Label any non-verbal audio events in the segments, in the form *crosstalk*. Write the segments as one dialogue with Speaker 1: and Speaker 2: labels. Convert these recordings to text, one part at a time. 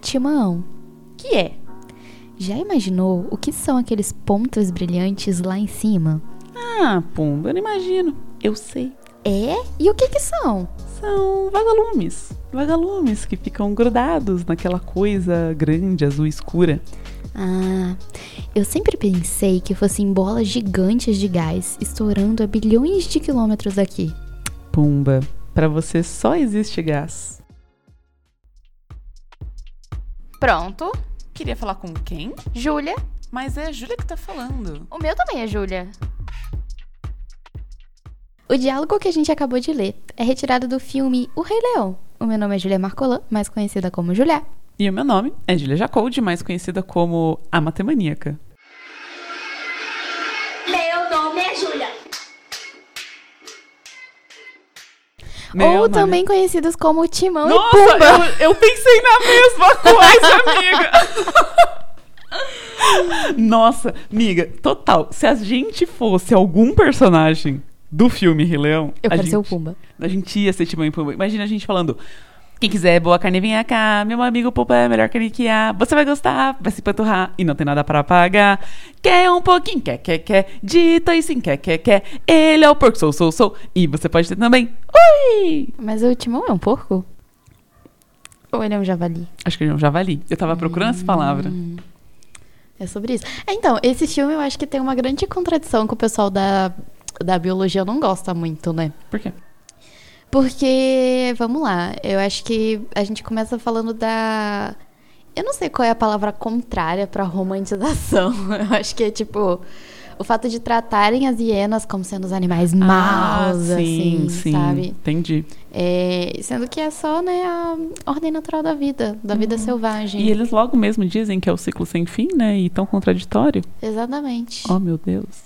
Speaker 1: Timaão, que é: Já imaginou o que são aqueles pontos brilhantes lá em cima?
Speaker 2: Ah, pomba, eu não imagino. Eu sei.
Speaker 1: É? E o que que são?
Speaker 2: São vagalumes. Vagalumes que ficam grudados naquela coisa grande, azul escura.
Speaker 1: Ah, eu sempre pensei que fossem bolas gigantes de gás estourando a bilhões de quilômetros daqui.
Speaker 2: Pomba, para você só existe gás.
Speaker 1: Pronto.
Speaker 2: Queria falar com quem?
Speaker 1: Júlia.
Speaker 2: Mas é a Júlia que tá falando.
Speaker 1: O meu também é Júlia. O diálogo que a gente acabou de ler é retirado do filme O Rei Leão. O meu nome é Julia Marcolan, mais conhecida como Julia.
Speaker 2: E o meu nome é Júlia Jacoldi, mais conhecida como a Matemaníaca.
Speaker 3: Meu nome é Júlia.
Speaker 2: Meu
Speaker 1: ou
Speaker 2: nome- é
Speaker 1: também conhecidos como Timão e
Speaker 2: Nossa,
Speaker 1: Pumba.
Speaker 2: eu, eu pensei na mesma coisa,
Speaker 1: *laughs*
Speaker 2: amiga. Nossa, amiga, total. Se a gente fosse algum personagem do filme Rei Leão,
Speaker 1: Eu
Speaker 2: a
Speaker 1: quero
Speaker 2: gente,
Speaker 1: ser o Pumba.
Speaker 2: A gente ia ser Timão e Pumba. Imagina a gente falando. Quem quiser boa carne, vem cá. Meu amigo Pumba é melhor carne que há. Você vai gostar, vai se panturrar e não tem nada pra pagar. Quer um pouquinho, quer, quer, quer. Dito e sim, quer, quer, quer. Ele é o porco, sou, sou, sou. E você pode ter também. Ui!
Speaker 1: Mas o Timão é um porco? Ou ele é um javali?
Speaker 2: Acho que ele é um javali. Eu tava procurando essa palavra.
Speaker 1: É sobre isso. É, Então, esse filme eu acho que tem uma grande contradição que o pessoal da, da biologia não gosta muito, né?
Speaker 2: Por quê?
Speaker 1: Porque, vamos lá, eu acho que a gente começa falando da. Eu não sei qual é a palavra contrária pra romantização. *laughs* Eu acho que é tipo. O fato de tratarem as hienas como sendo os animais maus, assim, sabe?
Speaker 2: Ah, Entendi.
Speaker 1: É, sendo que é só, né, a ordem natural da vida, da vida selvagem.
Speaker 2: E eles logo mesmo dizem que é o ciclo sem fim, né? E tão contraditório.
Speaker 1: Exatamente.
Speaker 2: Oh, meu Deus.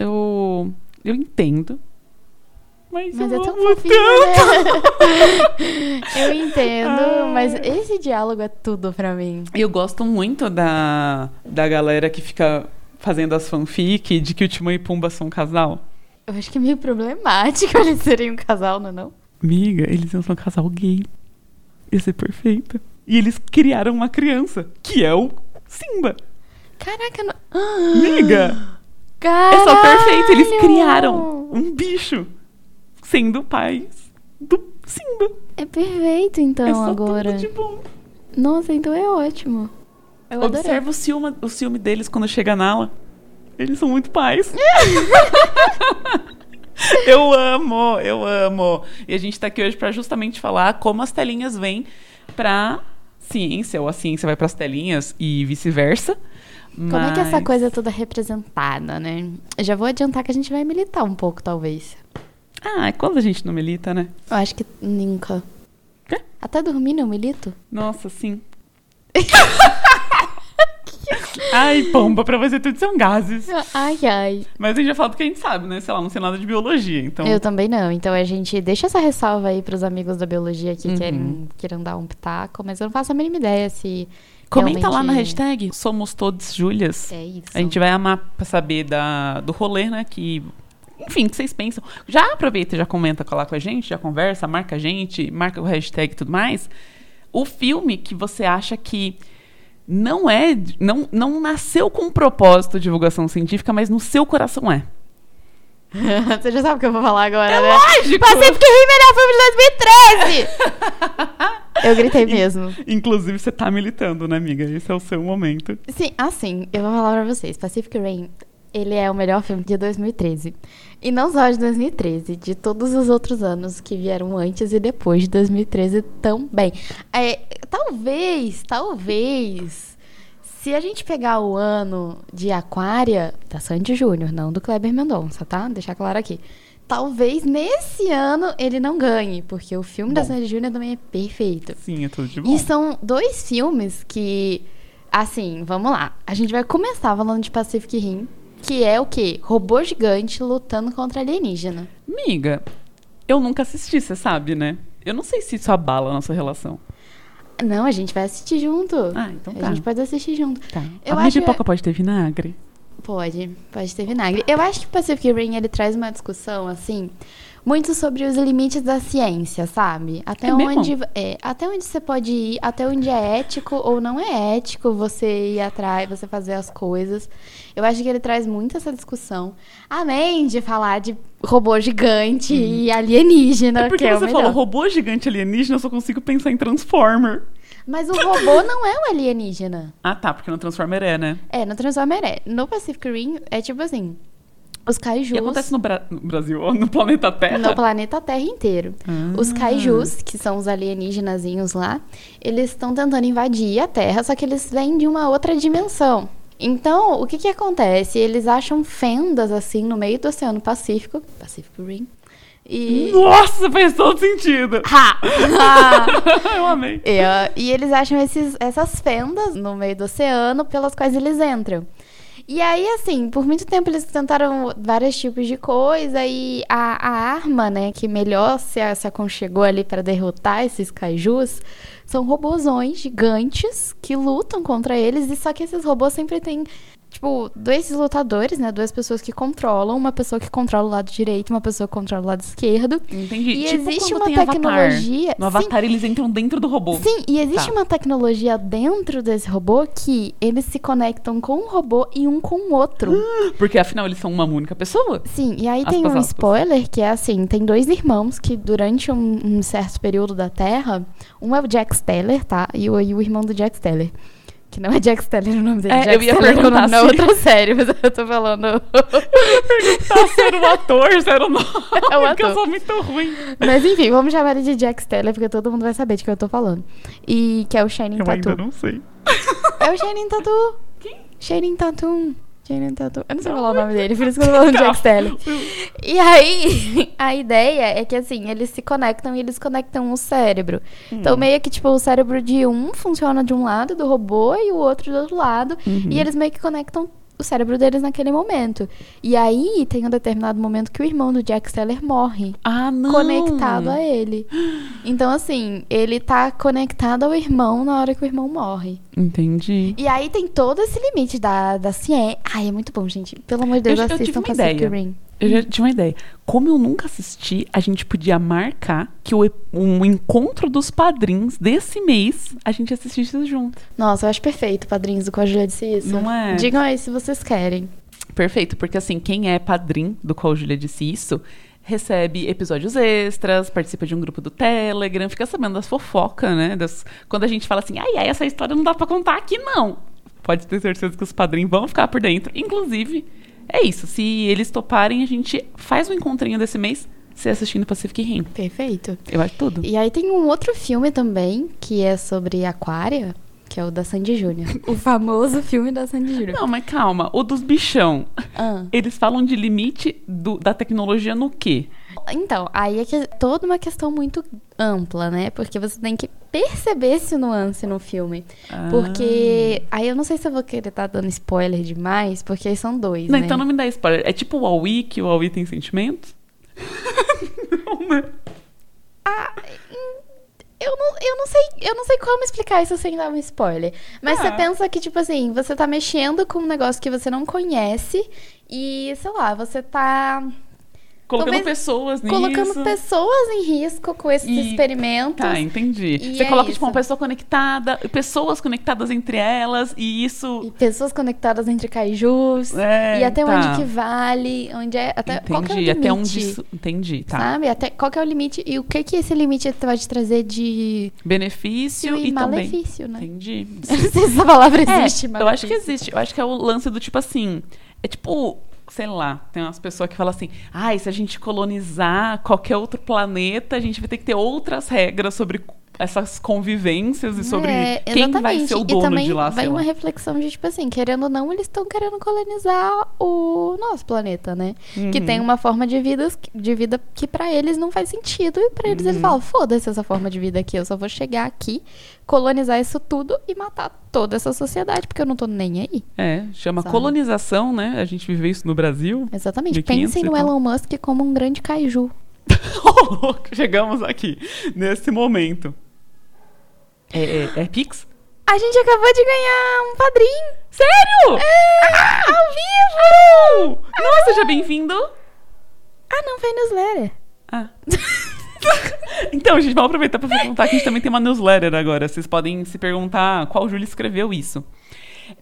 Speaker 2: Eu. Eu entendo. Mas,
Speaker 1: Mas
Speaker 2: eu
Speaker 1: é
Speaker 2: não
Speaker 1: tão
Speaker 2: vou
Speaker 1: fofinho, né? *laughs* Eu entendo,
Speaker 2: Ai.
Speaker 1: mas esse diálogo é tudo pra mim.
Speaker 2: Eu gosto muito da, da galera que fica fazendo as fanfic de que o Timão e Pumba são um casal.
Speaker 1: Eu acho que é meio problemático *laughs* eles serem um casal, não é não?
Speaker 2: Amiga, eles iam ser um casal gay. Ia ser perfeito. E eles criaram uma criança, que é o Simba.
Speaker 1: Caraca, não...
Speaker 2: *gasps* Amiga!
Speaker 1: Caralho!
Speaker 2: É só perfeito. Eles criaram um bicho sendo pais do Simba.
Speaker 1: É perfeito, então,
Speaker 2: é só
Speaker 1: agora.
Speaker 2: tudo de bom.
Speaker 1: Nossa, então é ótimo. Eu adorei.
Speaker 2: Observa o ciúme, o ciúme deles quando chega a Nala. Eles são
Speaker 1: *laughs*
Speaker 2: muito pais. eu amo, eu amo. E a gente tá aqui hoje pra justamente falar como as telinhas vêm pra ciência, ou a ciência vai pras telinhas e vice-versa.
Speaker 1: Como é que essa
Speaker 2: Mas-
Speaker 1: coisa é toda representada, né? Eu já vou adiantar que a gente vai militar um pouco, talvez.
Speaker 2: Ah, é quando a gente não milita, né?
Speaker 1: Eu acho que nunca.
Speaker 2: Quê?
Speaker 1: Até dormindo eu milito?
Speaker 2: Nossa, sim. *laughs* Ai, pomba, pra você tudo são gases.
Speaker 1: Ai, ai.
Speaker 2: Mas a gente já fala do que a gente sabe, né? Sei lá, não sei nada de biologia, então.
Speaker 1: Eu também não. Então a gente deixa essa ressalva aí pros amigos da biologia que
Speaker 2: Uhum.
Speaker 1: querem, queiram dar um pitaco, mas eu não faço a mínima ideia se.
Speaker 2: Comenta lá na
Speaker 1: realmente
Speaker 2: hashtag Somos Todos Júlias.
Speaker 1: É isso.
Speaker 2: A
Speaker 1: *laughs*
Speaker 2: gente vai amar pra saber da, do rolê, né? Que. Enfim, o que vocês pensam. Já aproveita, e já comenta lá com a gente, já conversa, marca a gente, marca o hashtag e tudo mais. O filme que você acha que não é. Não, não nasceu com um propósito de divulgação científica, mas no seu coração é.
Speaker 1: Você já sabe o que eu vou falar agora, né?
Speaker 2: lógico!
Speaker 1: Pacific Rim, melhor filme de 2013! eu gritei mesmo.
Speaker 2: Inclusive, você tá militando, né, amiga? Esse é o seu momento.
Speaker 1: Sim, assim, eu vou falar pra vocês. Pacific Rim, ele é o melhor filme de 2013. E não só de 2013, de todos os outros anos que vieram antes e depois de 2013 também. É, talvez, talvez, se a gente pegar o ano de Aquária, da Sandy Júnior, não do Kleber Mendonça, tá? Deixar claro aqui. Talvez nesse ano ele não ganhe, porque o filme da
Speaker 2: Bom.
Speaker 1: Sandy Júnior também é perfeito.
Speaker 2: Sim, é tudo de bom.
Speaker 1: E são dois filmes que, assim, vamos lá. A gente vai começar falando de Pacific Rim, que é o quê? Robô gigante lutando contra alienígena.
Speaker 2: Amiga, eu nunca assisti, você sabe, né? Eu não sei se isso abala a nossa relação.
Speaker 1: Não, a gente vai assistir junto.
Speaker 2: Ah, então
Speaker 1: A
Speaker 2: tá.
Speaker 1: gente pode assistir junto.
Speaker 2: Tá.
Speaker 1: Eu
Speaker 2: a
Speaker 1: acho- é-
Speaker 2: minha pipoca pode ter vinagre?
Speaker 1: Pode, pode ter vinagre. Eu acho que Pacific Rim ele traz uma discussão assim, muito sobre os limites da ciência, sabe? Até
Speaker 2: É mesmo?
Speaker 1: onde é, até onde você pode ir, até onde é ético ou não é ético você ir atrás, você fazer as coisas. Eu acho que ele traz muito essa discussão. Além de falar de robô gigante e alienígena,
Speaker 2: Uhum. É porque
Speaker 1: que é o
Speaker 2: você
Speaker 1: melhor.
Speaker 2: falou robô gigante alienígena, eu só consigo pensar em Transformer.
Speaker 1: Mas o robô *laughs* não é um alienígena.
Speaker 2: Ah, tá, porque no Transformer é, né?
Speaker 1: É, no Transformer é. No Pacific Rim é tipo assim, os kaijus...
Speaker 2: E acontece no, Bra- no Brasil, *laughs* ó, no planeta Terra.
Speaker 1: No planeta Terra inteiro.
Speaker 2: Ah.
Speaker 1: Os kaijus, que são os alienígenazinhos lá, eles estão tentando invadir a Terra, só que eles vêm de uma outra dimensão. Então, o que que acontece? Eles acham fendas assim no meio do Oceano Pacífico, Pacific Rim,
Speaker 2: *laughs*
Speaker 1: e Ah.
Speaker 2: Nossa, fez
Speaker 1: *laughs*
Speaker 2: todo sentido.
Speaker 1: Ha! *laughs*
Speaker 2: eu amei.
Speaker 1: e, ah, e eles acham esses- essas fendas no meio do oceano pelas quais eles entram. E aí, assim, por muito tempo eles tentaram vários tipos de coisa e a, a arma, né, que melhor se, a- se aconchegou ali pra derrotar esses kaijus são robozões gigantes que lutam contra eles e só que esses robôs sempre têm, tipo, dois lutadores, né, duas pessoas que controlam, uma pessoa que controla o lado direito, uma pessoa que controla o lado esquerdo.
Speaker 2: Entendi.
Speaker 1: E
Speaker 2: tipo
Speaker 1: existe
Speaker 2: quando
Speaker 1: uma
Speaker 2: tem
Speaker 1: tecnologia-
Speaker 2: Avatar. No
Speaker 1: Sim.
Speaker 2: Avatar eles entram dentro do robô.
Speaker 1: Sim, e existe
Speaker 2: Tá.
Speaker 1: uma tecnologia dentro desse robô que eles se conectam com um robô e um com o outro.
Speaker 2: Porque afinal eles são uma única pessoa.
Speaker 1: Sim, e aí
Speaker 2: Aspas,
Speaker 1: tem um
Speaker 2: aspas.
Speaker 1: spoiler que é assim: tem dois irmãos que durante um, um certo período da Terra, um é o Jack Steller, tá? E o, e o irmão do Jack Steller. Que não é Jack Steller o nome dele.
Speaker 2: É,
Speaker 1: Jack
Speaker 2: eu ia
Speaker 1: Steller é o
Speaker 2: perguntar
Speaker 1: nome da
Speaker 2: se-
Speaker 1: outra série, mas eu tô
Speaker 2: *laughs*
Speaker 1: falando.
Speaker 2: Tá sendo um ator, zero nome.
Speaker 1: É um
Speaker 2: Porque eu
Speaker 1: ator.
Speaker 2: sou muito ruim.
Speaker 1: mas enfim, vamos chamar ele de Jack Steller, porque todo mundo vai saber de que eu tô falando. E que é o Shining
Speaker 2: Eu
Speaker 1: Tattoo.
Speaker 2: ainda não sei.
Speaker 1: É o Shining Tattoo.
Speaker 2: Quem?
Speaker 1: Shining Tattoo. Shining Tattoo. Eu não sei falar o
Speaker 2: Não,
Speaker 1: nome dele, por isso que eu tô falando
Speaker 2: Tá.
Speaker 1: Jack Stelly. E aí, *laughs* a ideia é que assim, eles se conectam e eles conectam o cérebro. Então, meio que tipo, o cérebro de um funciona de um lado do robô e o outro do outro lado. E eles meio que conectam o cérebro deles naquele momento. E aí, tem um determinado momento que o irmão do Jack Steller morre
Speaker 2: Ah, não.
Speaker 1: conectado a *gasps* ele. Então, assim, ele tá conectado ao irmão na hora que o irmão morre.
Speaker 2: Entendi.
Speaker 1: E aí tem todo esse limite da, da ciência. Ai, é muito bom, gente. Pelo amor de Deus,
Speaker 2: Eu- eu tive
Speaker 1: assistam
Speaker 2: uma
Speaker 1: Pacific
Speaker 2: ideia.
Speaker 1: Rim.
Speaker 2: Eu já tinha uma ideia. Como eu nunca assisti, a gente podia marcar que o, ep- um encontro dos padrinhos desse mês a gente assistisse junto.
Speaker 1: Nossa, eu acho perfeito, padrinhos do Coajulha disse isso.
Speaker 2: Não é?
Speaker 1: Digam aí se vocês querem.
Speaker 2: Perfeito, porque assim, quem é padrinho do qual a Júlia disse isso, recebe episódios extras, participa de um grupo do Telegram, fica sabendo das fofocas, né? das- Quando a gente fala assim, ai, ai, essa história não dá pra contar aqui, não. Pode ter certeza que os padrinhos vão ficar por dentro. Inclusive, é isso. Se eles toparem, a gente faz um encontrinho desse mês, se assistindo Pacific Rim.
Speaker 1: Perfeito.
Speaker 2: Eu acho tudo.
Speaker 1: E aí tem um outro filme também, que é sobre Aquária, que é o da Sandy
Speaker 2: *laughs*
Speaker 1: Júnior. o famoso filme da Sandy Júnior.
Speaker 2: Não, mas calma. O dos bichão.
Speaker 1: Ah.
Speaker 2: Eles falam de limite do- da tecnologia no quê?
Speaker 1: Então, aí é que é toda uma questão muito ampla, né? Porque você tem que perceber esse nuance no filme.
Speaker 2: Ah.
Speaker 1: Porque. Aí eu não sei se eu vou querer estar dando spoiler demais, porque aí são dois.
Speaker 2: Não,
Speaker 1: né?
Speaker 2: então não me dá spoiler. É tipo o Huawei, que o Huawei tem sentimentos? não, né?
Speaker 1: Ah, hum, eu não, eu não sei, eu não sei como explicar isso sem dar um spoiler. Mas
Speaker 2: Ah.
Speaker 1: você pensa que, tipo assim, você tá mexendo com um negócio que você não conhece e, sei lá, você tá
Speaker 2: Colocando
Speaker 1: Talvez
Speaker 2: pessoas nisso.
Speaker 1: colocando pessoas em risco com esses
Speaker 2: E-
Speaker 1: experimentos.
Speaker 2: Tá, entendi.
Speaker 1: E
Speaker 2: Você
Speaker 1: é
Speaker 2: coloca, tipo, uma
Speaker 1: isso.
Speaker 2: pessoa conectada, pessoas conectadas entre elas, e
Speaker 1: E
Speaker 2: isso.
Speaker 1: pessoas conectadas entre kaijus.
Speaker 2: É,
Speaker 1: e até
Speaker 2: tá.
Speaker 1: onde que vale, onde é, até qual que é o
Speaker 2: Entendi,
Speaker 1: limite,
Speaker 2: até onde isso. Entendi, tá.
Speaker 1: sabe? Até qual que é o limite e o que que esse limite pode trazer de
Speaker 2: Benefício
Speaker 1: e,
Speaker 2: e, também.
Speaker 1: malefício, né? *laughs*
Speaker 2: Entendi.
Speaker 1: Não sei se essa palavra
Speaker 2: É,
Speaker 1: existe, mas
Speaker 2: Eu acho que existe. Eu acho que é o lance do tipo assim. É tipo, sei lá, tem umas pessoas que falam assim: ai, se a gente colonizar qualquer outro planeta, a gente vai ter que ter outras regras sobre essas convivências e sobre
Speaker 1: É,
Speaker 2: quem vai ser o
Speaker 1: exatamente.
Speaker 2: dono
Speaker 1: e também
Speaker 2: de lá,
Speaker 1: vai um
Speaker 2: sei
Speaker 1: uma
Speaker 2: lá.
Speaker 1: reflexão de tipo assim, querendo ou não, eles estão querendo colonizar o nosso planeta, né? Que
Speaker 2: Uhum.
Speaker 1: tem uma forma de vida, de vida que pra eles não faz sentido e pra eles
Speaker 2: Uhum.
Speaker 1: eles falam, foda-se essa forma de vida aqui, eu só vou chegar aqui, colonizar isso tudo e matar toda essa sociedade, porque eu não tô nem aí.
Speaker 2: É, chama
Speaker 1: Sabe?
Speaker 2: colonização, né? A gente viveu isso no Brasil. *laughs*
Speaker 1: Exatamente.
Speaker 2: 1500
Speaker 1: Pensem
Speaker 2: e
Speaker 1: no
Speaker 2: tal.
Speaker 1: Elon Musk como um grande caju.
Speaker 2: Ô, louco, Chegamos aqui, nesse momento. É, é, é Pix?
Speaker 1: A gente acabou de ganhar um padrinho.
Speaker 2: Sério?
Speaker 1: É,
Speaker 2: Ao vivo! Nossa, seja bem-vindo!
Speaker 1: Ah, não, foi newsletter.
Speaker 2: Ah. *laughs* então, gente, vamos aproveitar para perguntar que a gente também tem uma newsletter agora. Vocês podem se perguntar qual Júlia escreveu isso.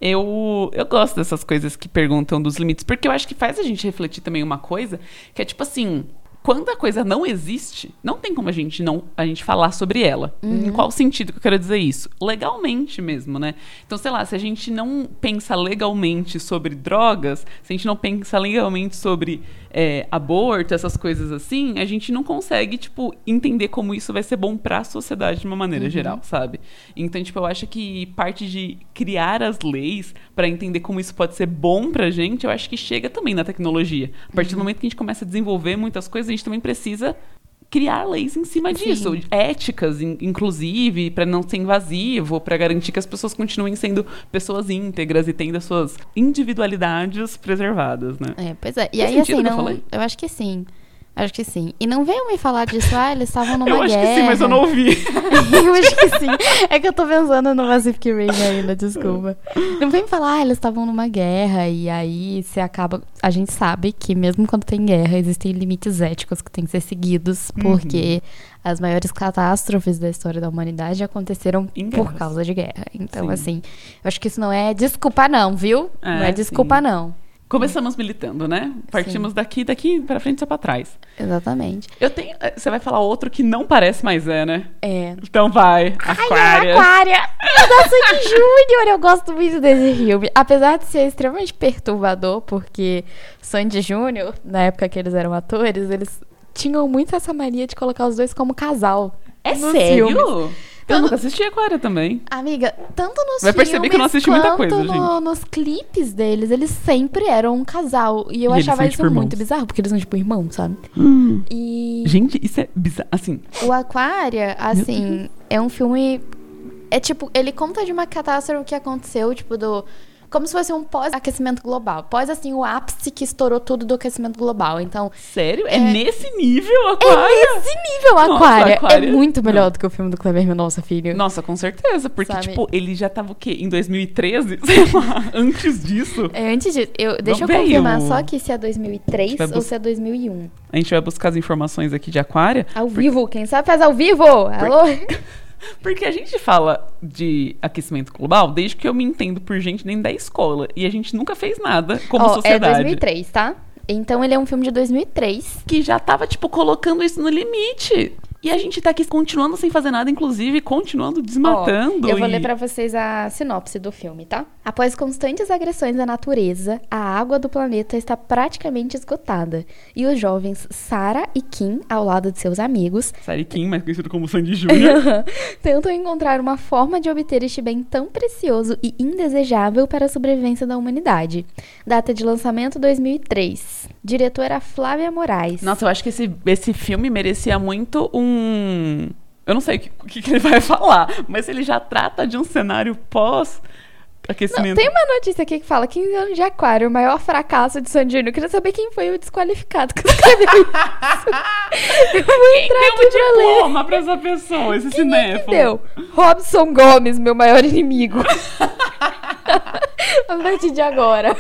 Speaker 2: Eu, eu gosto dessas coisas que perguntam dos limites, porque eu acho que faz a gente refletir também uma coisa, que é tipo assim, quando a coisa não existe, não tem como a gente não a gente falar sobre ela. Em qual sentido que eu quero dizer isso? Legalmente mesmo, né? Então, sei lá, se a gente não pensa legalmente sobre drogas, se a gente não pensa legalmente sobre é, aborto, essas coisas assim, a gente não consegue, tipo, entender como isso vai ser bom pra sociedade de uma maneira geral, sabe? Então, tipo, eu acho que parte de criar as leis pra entender como isso pode ser bom pra gente, eu acho que chega também na tecnologia. A partir do momento que a gente começa a desenvolver muitas coisas, a gente também precisa criar leis em cima disso, éticas in- inclusive, pra não ser invasivo, pra garantir que as pessoas continuem sendo pessoas íntegras e tendo as suas individualidades preservadas, né?
Speaker 1: É, pois é. E
Speaker 2: Faz
Speaker 1: aí,
Speaker 2: sentido
Speaker 1: assim,
Speaker 2: o que eu
Speaker 1: não. Eu,
Speaker 2: falei?
Speaker 1: acho que sim. Acho que sim. E não venham me falar disso, ah, eles estavam numa
Speaker 2: eu acho
Speaker 1: guerra.
Speaker 2: que sim, mas eu não ouvi.
Speaker 1: *laughs* eu acho que sim. É que eu tô pensando no Pacific Rim ainda, desculpa. Não vem falar, ah, eles estavam numa guerra e aí você acaba. A gente sabe que mesmo quando tem guerra, existem limites éticos que têm que ser seguidos,
Speaker 2: Uhum.
Speaker 1: porque as maiores catástrofes da história da humanidade aconteceram
Speaker 2: Em
Speaker 1: por
Speaker 2: guerras.
Speaker 1: causa de guerra. Então,
Speaker 2: Sim.
Speaker 1: assim, eu acho que isso não é desculpa, não, viu? não
Speaker 2: É,
Speaker 1: é desculpa,
Speaker 2: sim.
Speaker 1: não.
Speaker 2: *laughs* Começamos militando, né? Partimos daqui, daqui pra frente só pra trás.
Speaker 1: Exatamente.
Speaker 2: Eu tenho. eh, Você vai falar outro que não parece, mas é, né?
Speaker 1: É.
Speaker 2: Então vai.
Speaker 1: Ai,
Speaker 2: Aquária.
Speaker 1: *laughs* Aquária! Eu gosto de Júnior, eu gosto muito desse filme. Apesar de ser extremamente perturbador, porque Sandy e Júnior, na época que eles eram atores, eles tinham muito essa mania de colocar os dois como casal.
Speaker 2: É
Speaker 1: nos
Speaker 2: sério?
Speaker 1: filmes. Então
Speaker 2: Eu nunca assisti Aquária também.
Speaker 1: Amiga, tanto nos
Speaker 2: Vai perceber que eu não
Speaker 1: filmes
Speaker 2: assisti muita coisa,
Speaker 1: quanto no- nos clipes deles, eles sempre eram um casal. E eu
Speaker 2: E eles
Speaker 1: achava
Speaker 2: são,
Speaker 1: isso
Speaker 2: tipo, irmãos. Hum.
Speaker 1: muito bizarro, porque eles são tipo irmãos, sabe? E
Speaker 2: Gente, isso é bizarro. Assim,
Speaker 1: O Aquária, assim, é um filme. É tipo, ele conta de uma catástrofe que aconteceu, tipo, do. Como se fosse um pós-aquecimento global. Pós, assim, o ápice que estourou tudo do aquecimento global. Então,
Speaker 2: sério? É, nesse nível, Aquária?
Speaker 1: é nesse nível
Speaker 2: Nossa,
Speaker 1: Aquária.
Speaker 2: Aquária.
Speaker 1: É muito melhor do que o filme do Kleber Mendonça, filho.
Speaker 2: Nossa, com certeza. Porque,
Speaker 1: Sabe?
Speaker 2: tipo, ele já tava o quê? Em 2013? *laughs* Sei lá, antes disso.
Speaker 1: É, Antes disso, eu, deixa eu
Speaker 2: ver aí
Speaker 1: confirmar
Speaker 2: o-
Speaker 1: só que se é 2003
Speaker 2: Vai
Speaker 1: ou
Speaker 2: bus-
Speaker 1: se é 2001.
Speaker 2: A gente vai buscar as informações aqui de Aquária. *laughs*
Speaker 1: Ao vivo, quem sabe faz ao vivo! Alô?
Speaker 2: Porque a gente fala de aquecimento global desde que eu me entendo por gente nem da escola. E a gente nunca fez nada como
Speaker 1: Ó, é
Speaker 2: sociedade.
Speaker 1: 2003, tá? Então ele é um filme de 2003.
Speaker 2: Que já tava, tipo, colocando isso no limite. E a gente tá aqui continuando sem fazer nada, inclusive, continuando desmatando.
Speaker 1: Ó, eu vou
Speaker 2: e-
Speaker 1: ler pra vocês a sinopse do filme, tá? Após constantes agressões à natureza, a água do planeta está praticamente esgotada. E os jovens Sarah e Kim, ao lado de seus amigos, *laughs*
Speaker 2: Sari Kim, mais conhecido como Sandy Júnior.
Speaker 1: tentam encontrar uma forma de obter este bem tão precioso e indesejável para a sobrevivência da humanidade. Data de lançamento 2003. Diretora Flávia Moraes.
Speaker 2: Nossa, eu acho que esse, esse filme merecia muito um. Eu não sei o que, o que que ele vai *laughs* falar, mas ele já trata de um cenário
Speaker 1: Não,
Speaker 2: pós-aquecimento.
Speaker 1: tem um uma notícia aqui que fala 15 anos de aquário, o maior fracasso de San Júnior. Eu queria saber quem foi o desqualificado que escreveu isso. Eu vou entrar
Speaker 2: Deu
Speaker 1: aqui pra
Speaker 2: um
Speaker 1: ler.
Speaker 2: diploma pra essa pessoa, esse cinéfilo.
Speaker 1: Entendeu? Robson Gomes, meu maior inimigo. *laughs* A partir de agora.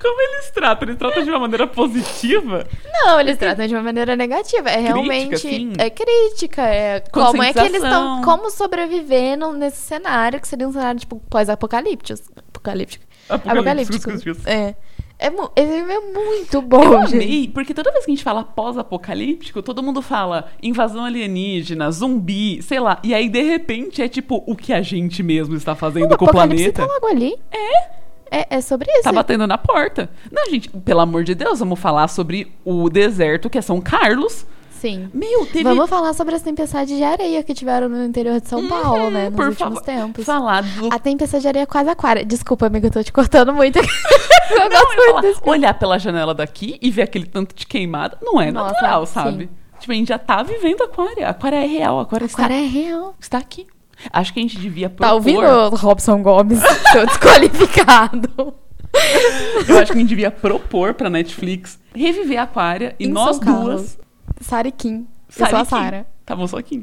Speaker 2: Como eles tratam? Eles tratam de uma maneira positiva?
Speaker 1: Não, eles tratam de uma maneira negativa. É realmente.
Speaker 2: sim.
Speaker 1: É crítica. É como é que eles estão.
Speaker 2: assim? Conscientização.
Speaker 1: Como sobreviver no- nesse cenário, que seria um cenário, tipo, pós-apocalíptico. Apocalíptico.
Speaker 2: Apocalíptico.
Speaker 1: Apocalíptico. É. É, mu- esse filme é muito
Speaker 2: Eu
Speaker 1: bom, gente.
Speaker 2: amei, porque toda vez que a gente fala pós-apocalíptico, todo mundo fala invasão alienígena, zumbi, sei lá. E aí, de repente, é tipo o que a gente mesmo está fazendo
Speaker 1: O
Speaker 2: com o
Speaker 1: Apocalipse
Speaker 2: planeta.
Speaker 1: tá logo ali. É? É, sobre isso.
Speaker 2: Tá batendo na porta. Não, gente, pelo amor de Deus, vamos falar sobre o deserto que é São Carlos.
Speaker 1: Sim.
Speaker 2: Meu, teve. Hum,
Speaker 1: Vamos falar sobre as tempestades de areia que tiveram no interior de São Paulo, né? Nos
Speaker 2: um, por
Speaker 1: últimos
Speaker 2: favor.
Speaker 1: tempos.
Speaker 2: Falar do.
Speaker 1: A tempestade de areia é quase aquária. Desculpa, amiga, eu tô te cortando muito. *laughs* eu
Speaker 2: Não,
Speaker 1: gosto
Speaker 2: eu
Speaker 1: muito
Speaker 2: falar,
Speaker 1: desse filme.
Speaker 2: olhar pela janela daqui e ver aquele tanto de queimada não é
Speaker 1: Nossa,
Speaker 2: natural,
Speaker 1: sim.
Speaker 2: sabe? Tipo, a gente já tá vivendo aquária. Aquária é real, aquária, está,
Speaker 1: Aquária é real.
Speaker 2: está aqui. Acho que a gente devia propor...
Speaker 1: Tá ouvindo, Robson *laughs* Gomes? Seu desqualificado.
Speaker 2: Eu acho que a gente devia propor pra Netflix reviver a aquária e
Speaker 1: Em
Speaker 2: nós
Speaker 1: São
Speaker 2: duas...
Speaker 1: Sara e Kim. Eu sou
Speaker 2: Sara
Speaker 1: a
Speaker 2: e Kim.
Speaker 1: Sara.
Speaker 2: Tá bom, só
Speaker 1: *laughs*
Speaker 2: aqui.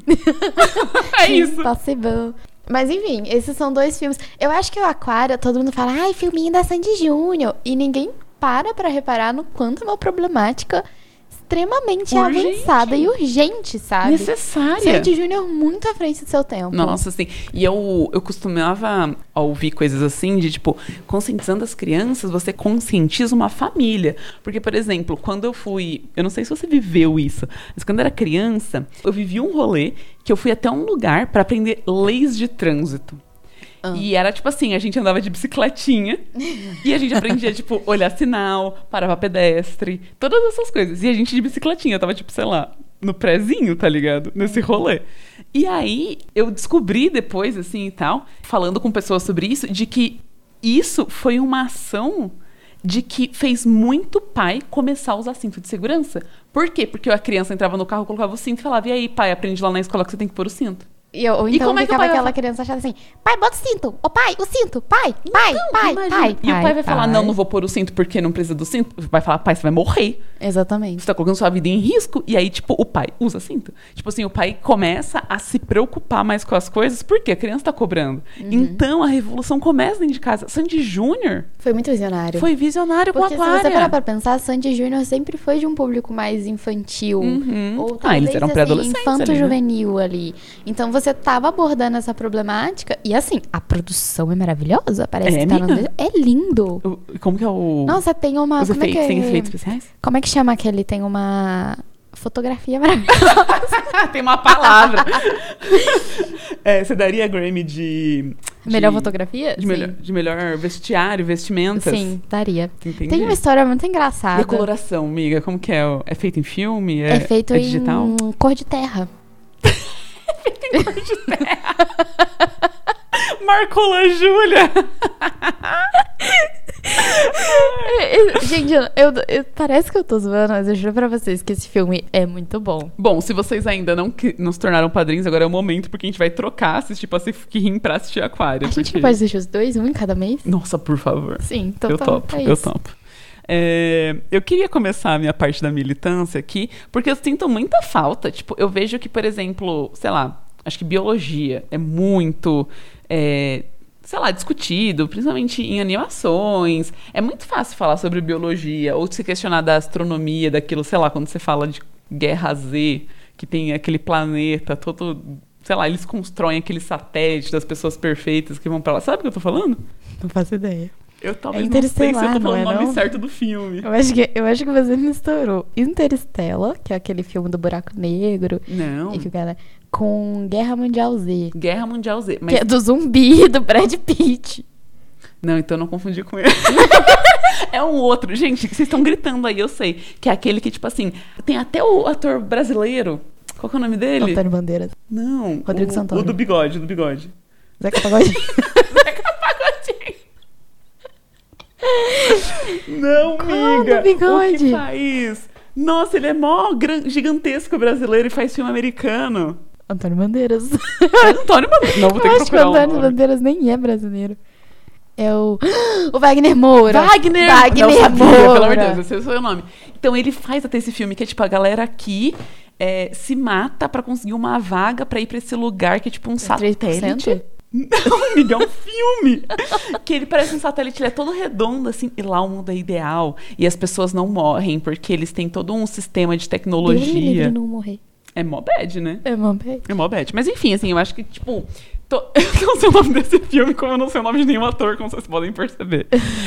Speaker 2: é
Speaker 1: Kim
Speaker 2: isso.
Speaker 1: Possible. Mas enfim, esses são dois filmes. Eu acho que o Aquário, todo mundo fala, ai, filminho da Sandy Júnior. E ninguém para pra reparar no quanto é uma problemática extremamente
Speaker 2: Urgente.
Speaker 1: avançada e urgente, sabe?
Speaker 2: Necessária.
Speaker 1: Sandy Júnior muito à frente do seu tempo.
Speaker 2: Nossa, assim. E eu, eu costumava ouvir coisas assim de tipo, conscientizando as crianças, você conscientiza uma família. Porque, por exemplo, quando eu fui. Eu não sei se você viveu isso, mas quando eu era criança, eu vivi um rolê que eu fui até um lugar pra aprender leis de trânsito.
Speaker 1: Ah.
Speaker 2: E era tipo assim, a gente andava de bicicletinha e a gente aprendia, tipo, olhar sinal, parava pedestre, todas essas coisas. E a gente de bicicletinha, eu tava, tipo, sei lá, no prezinho, tá ligado? Nesse rolê. E aí eu descobri depois, assim e tal, falando com pessoas sobre isso, de que isso foi uma ação de que fez muito pai começar a usar cinto de segurança. Por quê? Porque a criança entrava no carro, colocava o cinto e falava: e aí, pai, aprende lá na escola que você tem que pôr o cinto.
Speaker 1: E eu, ou
Speaker 2: E
Speaker 1: então
Speaker 2: como é que o
Speaker 1: ficava
Speaker 2: pai vai
Speaker 1: aquela
Speaker 2: fa-
Speaker 1: criança achada assim, pai, bota o cinto, ô pai, o cinto, pai, pai, pai,
Speaker 2: Então, Imagina.
Speaker 1: pai.
Speaker 2: E o pai vai falar: não, não vou pôr o cinto porque não precisa do cinto. Vai falar: pai, você vai morrer.
Speaker 1: Exatamente.
Speaker 2: Você tá colocando sua vida em risco. E aí, tipo, o pai usa cinto. Tipo assim, o pai começa a se preocupar mais com as coisas porque a criança tá cobrando.
Speaker 1: Uhum.
Speaker 2: Então a revolução começa dentro de casa. Sandy Júnior
Speaker 1: Foi muito visionário.
Speaker 2: foi visionário
Speaker 1: Porque
Speaker 2: É com a
Speaker 1: se você parar
Speaker 2: Aquária.
Speaker 1: pra pensar, Sandy Júnior sempre foi de um público mais infantil.
Speaker 2: Uhum.
Speaker 1: Ou
Speaker 2: Ah,
Speaker 1: talvez,
Speaker 2: eles eram
Speaker 1: assim,
Speaker 2: pré-adolescentes ali, né?
Speaker 1: infanto-juvenil ali, Então você tava abordando essa problemática. E assim, a produção é maravilhosa. Parece
Speaker 2: É,
Speaker 1: que tá no...
Speaker 2: amiga?
Speaker 1: É lindo.
Speaker 2: O- Como que é o.
Speaker 1: Nossa, tem uma...
Speaker 2: os
Speaker 1: como,
Speaker 2: efeitos,
Speaker 1: é que...
Speaker 2: tem efeitos especiais? *laughs*
Speaker 1: como é que chama aquele? Tem uma fotografia
Speaker 2: *laughs*
Speaker 1: maravilhosa.
Speaker 2: tem uma
Speaker 1: *laughs*
Speaker 2: palavra. É, você daria Grammy de. de-
Speaker 1: melhor fotografia?
Speaker 2: De melhor, de melhor vestiário,
Speaker 1: Sim.
Speaker 2: vestimentas.
Speaker 1: Sim, daria.
Speaker 2: Entendi.
Speaker 1: Tem uma história muito engraçada.
Speaker 2: E é a coloração, amiga, como que é? É feito em filme? É,
Speaker 1: é feito
Speaker 2: é digital?
Speaker 1: em cor de terra.
Speaker 2: Marcola Júlia! *laughs*
Speaker 1: É, Eu- eu- Gente, eu, eu- eu- parece que eu tô zoando, mas eu juro pra vocês que esse filme é muito bom.
Speaker 2: Bom, se vocês ainda não, que- não se tornaram padrinhos, agora é o momento, porque a gente vai trocar, assistir Pacific Rim pra assistir Aquário.
Speaker 1: A gente
Speaker 2: porque-
Speaker 1: não pode assistir os dois, um em cada mês?
Speaker 2: Nossa, por favor.
Speaker 1: Sim, então
Speaker 2: eu
Speaker 1: tá,
Speaker 2: topo,
Speaker 1: é
Speaker 2: eu
Speaker 1: isso.
Speaker 2: topo. É, eu queria começar a minha parte da militância aqui, porque eu sinto muita falta. Tipo, eu vejo que, por exemplo, sei lá, acho que biologia é muito. é, sei lá, discutido, principalmente em animações. É muito fácil falar sobre biologia ou se questionar da astronomia, daquilo, sei lá, quando você fala de Guerra Z, que tem aquele planeta todo. Sei lá, eles constroem aquele satélite das pessoas perfeitas que vão pra lá. Sabe o que eu tô falando?
Speaker 1: Não faço ideia.
Speaker 2: Eu talvez É não sei se eu
Speaker 1: Interestelar,
Speaker 2: tô
Speaker 1: não
Speaker 2: falando
Speaker 1: é
Speaker 2: o nome
Speaker 1: não?
Speaker 2: certo do filme.
Speaker 1: Eu acho, que, eu acho que você misturou Interstella, que é aquele filme do buraco negro,
Speaker 2: Não.
Speaker 1: e que o cara, é com Guerra Mundial Z,
Speaker 2: Guerra Mundial Z.
Speaker 1: que
Speaker 2: Mas...
Speaker 1: é do zumbi, do Brad Pitt.
Speaker 2: Não, então eu não confundi com ele. *laughs* é um outro. Gente, vocês estão gritando aí, eu sei. Que é aquele que, tipo assim, tem até o ator brasileiro. Qual que é o nome dele?
Speaker 1: Antônio Bandeiras.
Speaker 2: Não.
Speaker 1: Rodrigo
Speaker 2: o,
Speaker 1: Santoro.
Speaker 2: O do bigode, o do *laughs* bigode.
Speaker 1: Zeca Pagodinho.
Speaker 2: Zeca Pagodinho. Não,
Speaker 1: Qual
Speaker 2: amiga.
Speaker 1: do bigode?
Speaker 2: O que faz? Nossa, ele é mó gran- gigantesco brasileiro e faz filme americano.
Speaker 1: Antônio Bandeiras. *laughs*
Speaker 2: Antônio Bandeiras. Não, vou ter
Speaker 1: eu
Speaker 2: que
Speaker 1: acho que
Speaker 2: procurar
Speaker 1: o
Speaker 2: um o
Speaker 1: Antônio
Speaker 2: nome.
Speaker 1: Bandeiras nem é brasileiro. É o. *gasps* O Wagner Moura!
Speaker 2: Wagner!
Speaker 1: Wagner
Speaker 2: Não, sabia,
Speaker 1: Moura!
Speaker 2: Pelo amor de Deus, esse é o seu nome. Então ele faz até esse filme que é tipo a galera aqui é, se mata pra conseguir uma vaga pra ir pra esse lugar que é tipo um satélite. *laughs*
Speaker 1: 3%?
Speaker 2: Não, amiga, é um filme! que ele parece um satélite, ele é todo redondo, assim, e lá o mundo é ideal. E as pessoas não morrem, porque eles têm todo um sistema de
Speaker 1: Deus me livre
Speaker 2: tecnologia.
Speaker 1: não morrer.
Speaker 2: É mó bad, né?
Speaker 1: É uma bem.
Speaker 2: É mó bad. Mas enfim, assim, eu acho que, tipo. tô- *laughs* Eu não sei o nome desse filme, como eu não sei o nome de nenhum ator, como vocês podem perceber.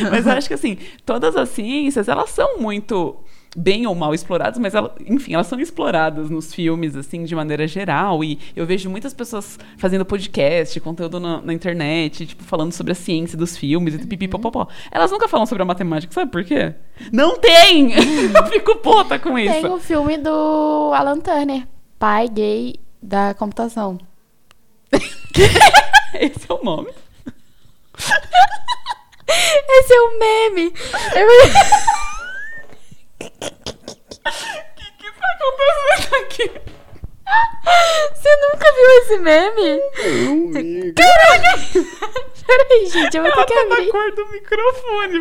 Speaker 2: Mas eu acho que, assim, todas as ciências, elas são muito bem ou mal exploradas, mas, ela- enfim, elas são exploradas nos filmes, assim, de maneira geral. E eu vejo muitas pessoas fazendo podcast, conteúdo na, na internet, tipo, falando sobre a ciência dos filmes e pipipopopó. Elas nunca falam sobre a matemática, sabe por quê? Não tem! eu fico puta com isso.
Speaker 1: Tem um o filme do Alan Turner, pai gay da computação.
Speaker 2: *laughs*
Speaker 1: *laughs*
Speaker 2: Esse é o nome.
Speaker 1: Esse é um meme! *laughs*
Speaker 2: O que tá acontecendo aqui?
Speaker 1: Você nunca viu esse meme? Caralho! *laughs* Peraí, gente, eu vou ter
Speaker 2: Ela
Speaker 1: que
Speaker 2: tá
Speaker 1: abrir.
Speaker 2: da cor do microfone,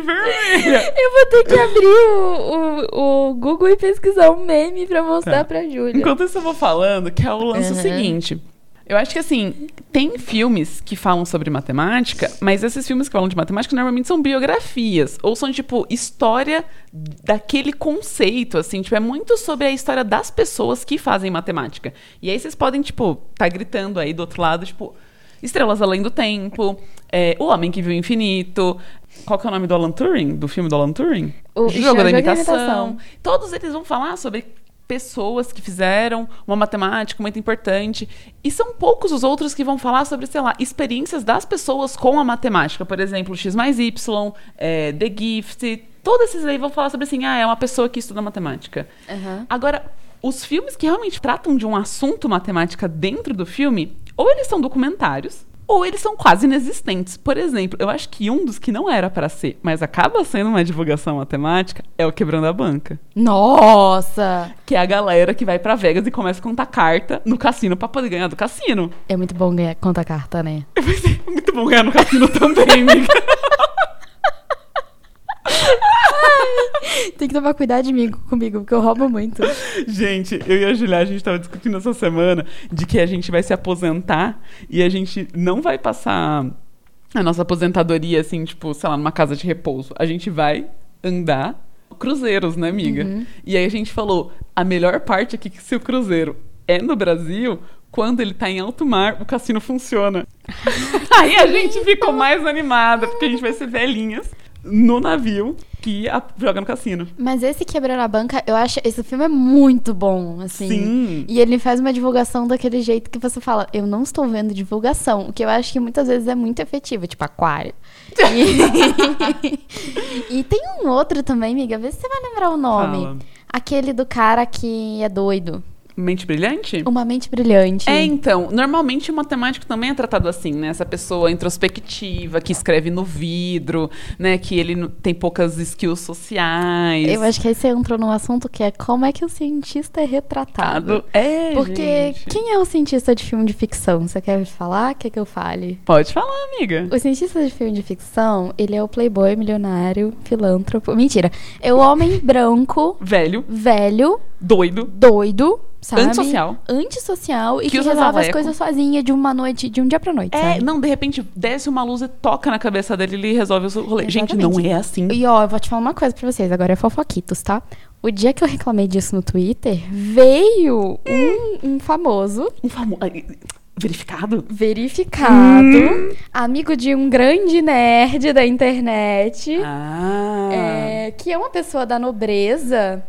Speaker 1: *laughs*
Speaker 2: vermelha.
Speaker 1: Eu vou ter que abrir o, o, o Google e pesquisar um meme pra mostrar
Speaker 2: Tá.
Speaker 1: pra Júlia.
Speaker 2: Enquanto isso, eu vou falando que é o lance
Speaker 1: Uhum.
Speaker 2: seguinte. Eu acho que assim, tem filmes que falam sobre matemática, mas esses filmes que falam de matemática normalmente são biografias, ou são tipo história daquele conceito, assim, tipo, é muito sobre a história das pessoas que fazem matemática. E aí vocês podem, tipo, tá gritando aí do outro lado, tipo, Estrelas Além do Tempo, é, O Homem que Viu o Infinito. Qual que é o nome do Alan Turing? Do filme do Alan Turing?
Speaker 1: O
Speaker 2: Jogo
Speaker 1: Jogo
Speaker 2: da
Speaker 1: da
Speaker 2: Imitação.
Speaker 1: Imitação.
Speaker 2: Todos eles vão falar sobre pessoas que fizeram uma matemática muito importante. E são poucos os outros que vão falar sobre, sei lá, experiências das pessoas com a matemática. Por exemplo, X mais Y, é, The Gift. Todos esses aí vão falar sobre assim, ah, é uma pessoa que estuda matemática.
Speaker 1: Aham.
Speaker 2: Agora, os filmes que realmente tratam de um assunto matemática dentro do filme, ou eles são documentários, ou eles são quase inexistentes. Por exemplo, eu acho que um dos que não era pra ser, mas acaba sendo uma divulgação matemática, é o Quebrando a Banca.
Speaker 1: Nossa!
Speaker 2: Que é a galera que vai pra Vegas e começa a contar carta no cassino pra poder ganhar do cassino. *laughs*
Speaker 1: É muito bom ganhar conta carta, né?
Speaker 2: Eu pensei, muito bom ganhar no cassino também, amiga.
Speaker 1: Tem que tomar cuidado de mim- comigo, porque eu roubo muito.
Speaker 2: Gente, eu e a Julia, a gente tava discutindo essa semana de que a gente vai se aposentar e a gente não vai passar a nossa aposentadoria, assim, tipo, sei lá, numa casa de repouso. A gente vai andar cruzeiros, né, amiga? E aí a gente falou, a melhor parte aqui que se o cruzeiro é no Brasil, quando ele tá em alto mar, o cassino funciona. aí a gente ficou mais animada, porque a gente vai ser velhinhas no navio que a- joga no cassino.
Speaker 1: Mas esse Quebrando a Banca, eu acho. Esse filme é muito bom, assim.
Speaker 2: Sim.
Speaker 1: E ele faz uma divulgação daquele jeito que você fala, eu não estou vendo divulgação. O que eu acho que muitas vezes é muito efetivo, tipo aquário. *laughs* E, e tem um outro também, amiga, vê se você vai lembrar o nome.
Speaker 2: Fala.
Speaker 1: Aquele do cara que é doido.
Speaker 2: Mente brilhante?
Speaker 1: Uma mente brilhante.
Speaker 2: É, então, normalmente o matemático também é tratado assim, né? Essa pessoa introspectiva, que escreve no vidro, né? Que ele não- tem poucas skills sociais.
Speaker 1: Eu acho que aí você entrou num assunto que é como é que o cientista é retratado.
Speaker 2: É,
Speaker 1: Porque
Speaker 2: gente.
Speaker 1: quem é o cientista de filme de ficção? Você quer me falar? Quer que eu fale?
Speaker 2: Pode falar, amiga.
Speaker 1: O cientista de filme de ficção, ele é o playboy, milionário, filântropo. Mentira. É o homem branco,
Speaker 2: Velho,
Speaker 1: velho,
Speaker 2: doido.
Speaker 1: doido, sabe?
Speaker 2: Antissocial.
Speaker 1: Antissocial e
Speaker 2: Que
Speaker 1: que,
Speaker 2: usa
Speaker 1: resolve as
Speaker 2: jaleco.
Speaker 1: coisas sozinha de uma noite, de um dia pra noite.
Speaker 2: É,
Speaker 1: sabe?
Speaker 2: não, de repente desce uma luz e toca na cabeça dele e ele resolve o rolê. Gente, não
Speaker 1: Exatamente.
Speaker 2: é assim.
Speaker 1: E ó, eu vou te falar uma coisa pra vocês, agora é fofoquitos, tá? O dia que eu reclamei disso no Twitter, veio um, um famoso,
Speaker 2: Um famoso. Verificado?
Speaker 1: verificado, amigo de um grande nerd da internet,
Speaker 2: Ah.
Speaker 1: é, que é uma pessoa da nobreza.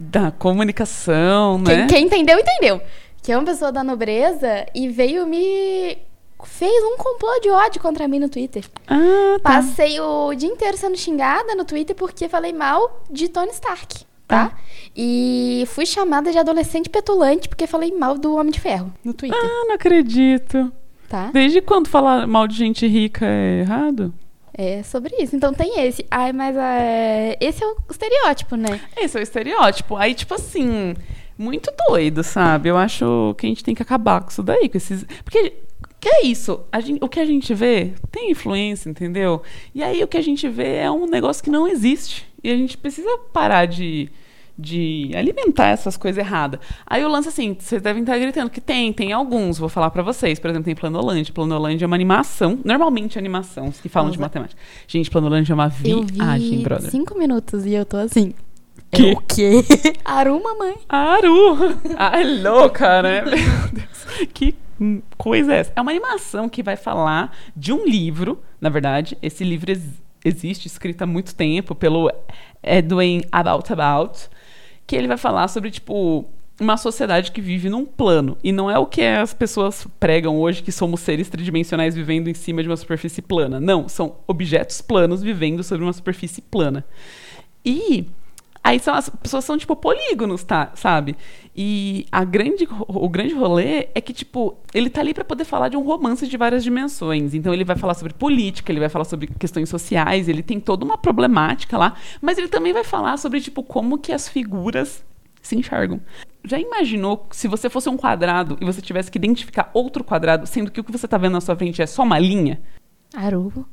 Speaker 2: Da comunicação,
Speaker 1: Quem,
Speaker 2: né?
Speaker 1: quem entendeu, entendeu. Que é uma pessoa da nobreza e veio me. fez um complô de ódio contra mim no Twitter.
Speaker 2: Ah, tá.
Speaker 1: Passei o dia inteiro sendo xingada no Twitter porque falei mal de Tony Stark, tá? E fui chamada de adolescente petulante porque falei mal do Homem de Ferro no Twitter,
Speaker 2: Ah, não acredito.
Speaker 1: tá?
Speaker 2: Desde quando falar mal de gente rica é errado?
Speaker 1: É sobre isso. Então tem esse. Ai, mas é, esse é o estereótipo, né?
Speaker 2: Esse é o estereótipo. Aí, tipo assim, muito doido, sabe? Eu acho que a gente tem que acabar com isso daí, com esses. Porque. Que é isso? A gente- o que a gente vê tem influência, entendeu? E aí o que a gente vê é um negócio que não existe. E a gente precisa parar de, de alimentar essas coisas erradas. Aí o lance assim, vocês devem estar gritando que tem, tem alguns, vou falar pra vocês. Por exemplo, tem Planolândia. Planolândia é uma animação, normalmente é animação, que falam de
Speaker 1: Nossa.
Speaker 2: matemática. Gente, Planolândia é uma
Speaker 1: eu
Speaker 2: viagem,
Speaker 1: vi
Speaker 2: brother.
Speaker 1: cinco minutos e eu tô assim.
Speaker 2: Que?
Speaker 1: É o
Speaker 2: *laughs*
Speaker 1: quê? Aruma, mãe.
Speaker 2: Aru! Ai, louca, né? Meu Deus. Que coisa é essa? É uma animação que vai falar de um livro, na verdade. Esse livro ex- existe, escrito há muito tempo, pelo Edwin About About, que ele vai falar sobre, tipo, uma sociedade que vive num plano. E não é o que as pessoas pregam hoje, que somos seres tridimensionais vivendo em cima de uma superfície plana. Não, são objetos planos vivendo sobre uma superfície plana. E aí são, as pessoas são, tipo, polígonos, tá, sabe? E a grande, ro- o grande rolê é que, tipo, ele tá ali pra poder falar de um romance de várias dimensões. Então ele vai falar sobre política, ele vai falar sobre questões sociais, ele tem toda uma problemática lá, mas ele também vai falar sobre, tipo, como que as figuras se enxergam. Já imaginou se você fosse um quadrado e você tivesse que identificar outro quadrado, sendo que o que você tá vendo na sua frente é só uma linha?
Speaker 1: Aru.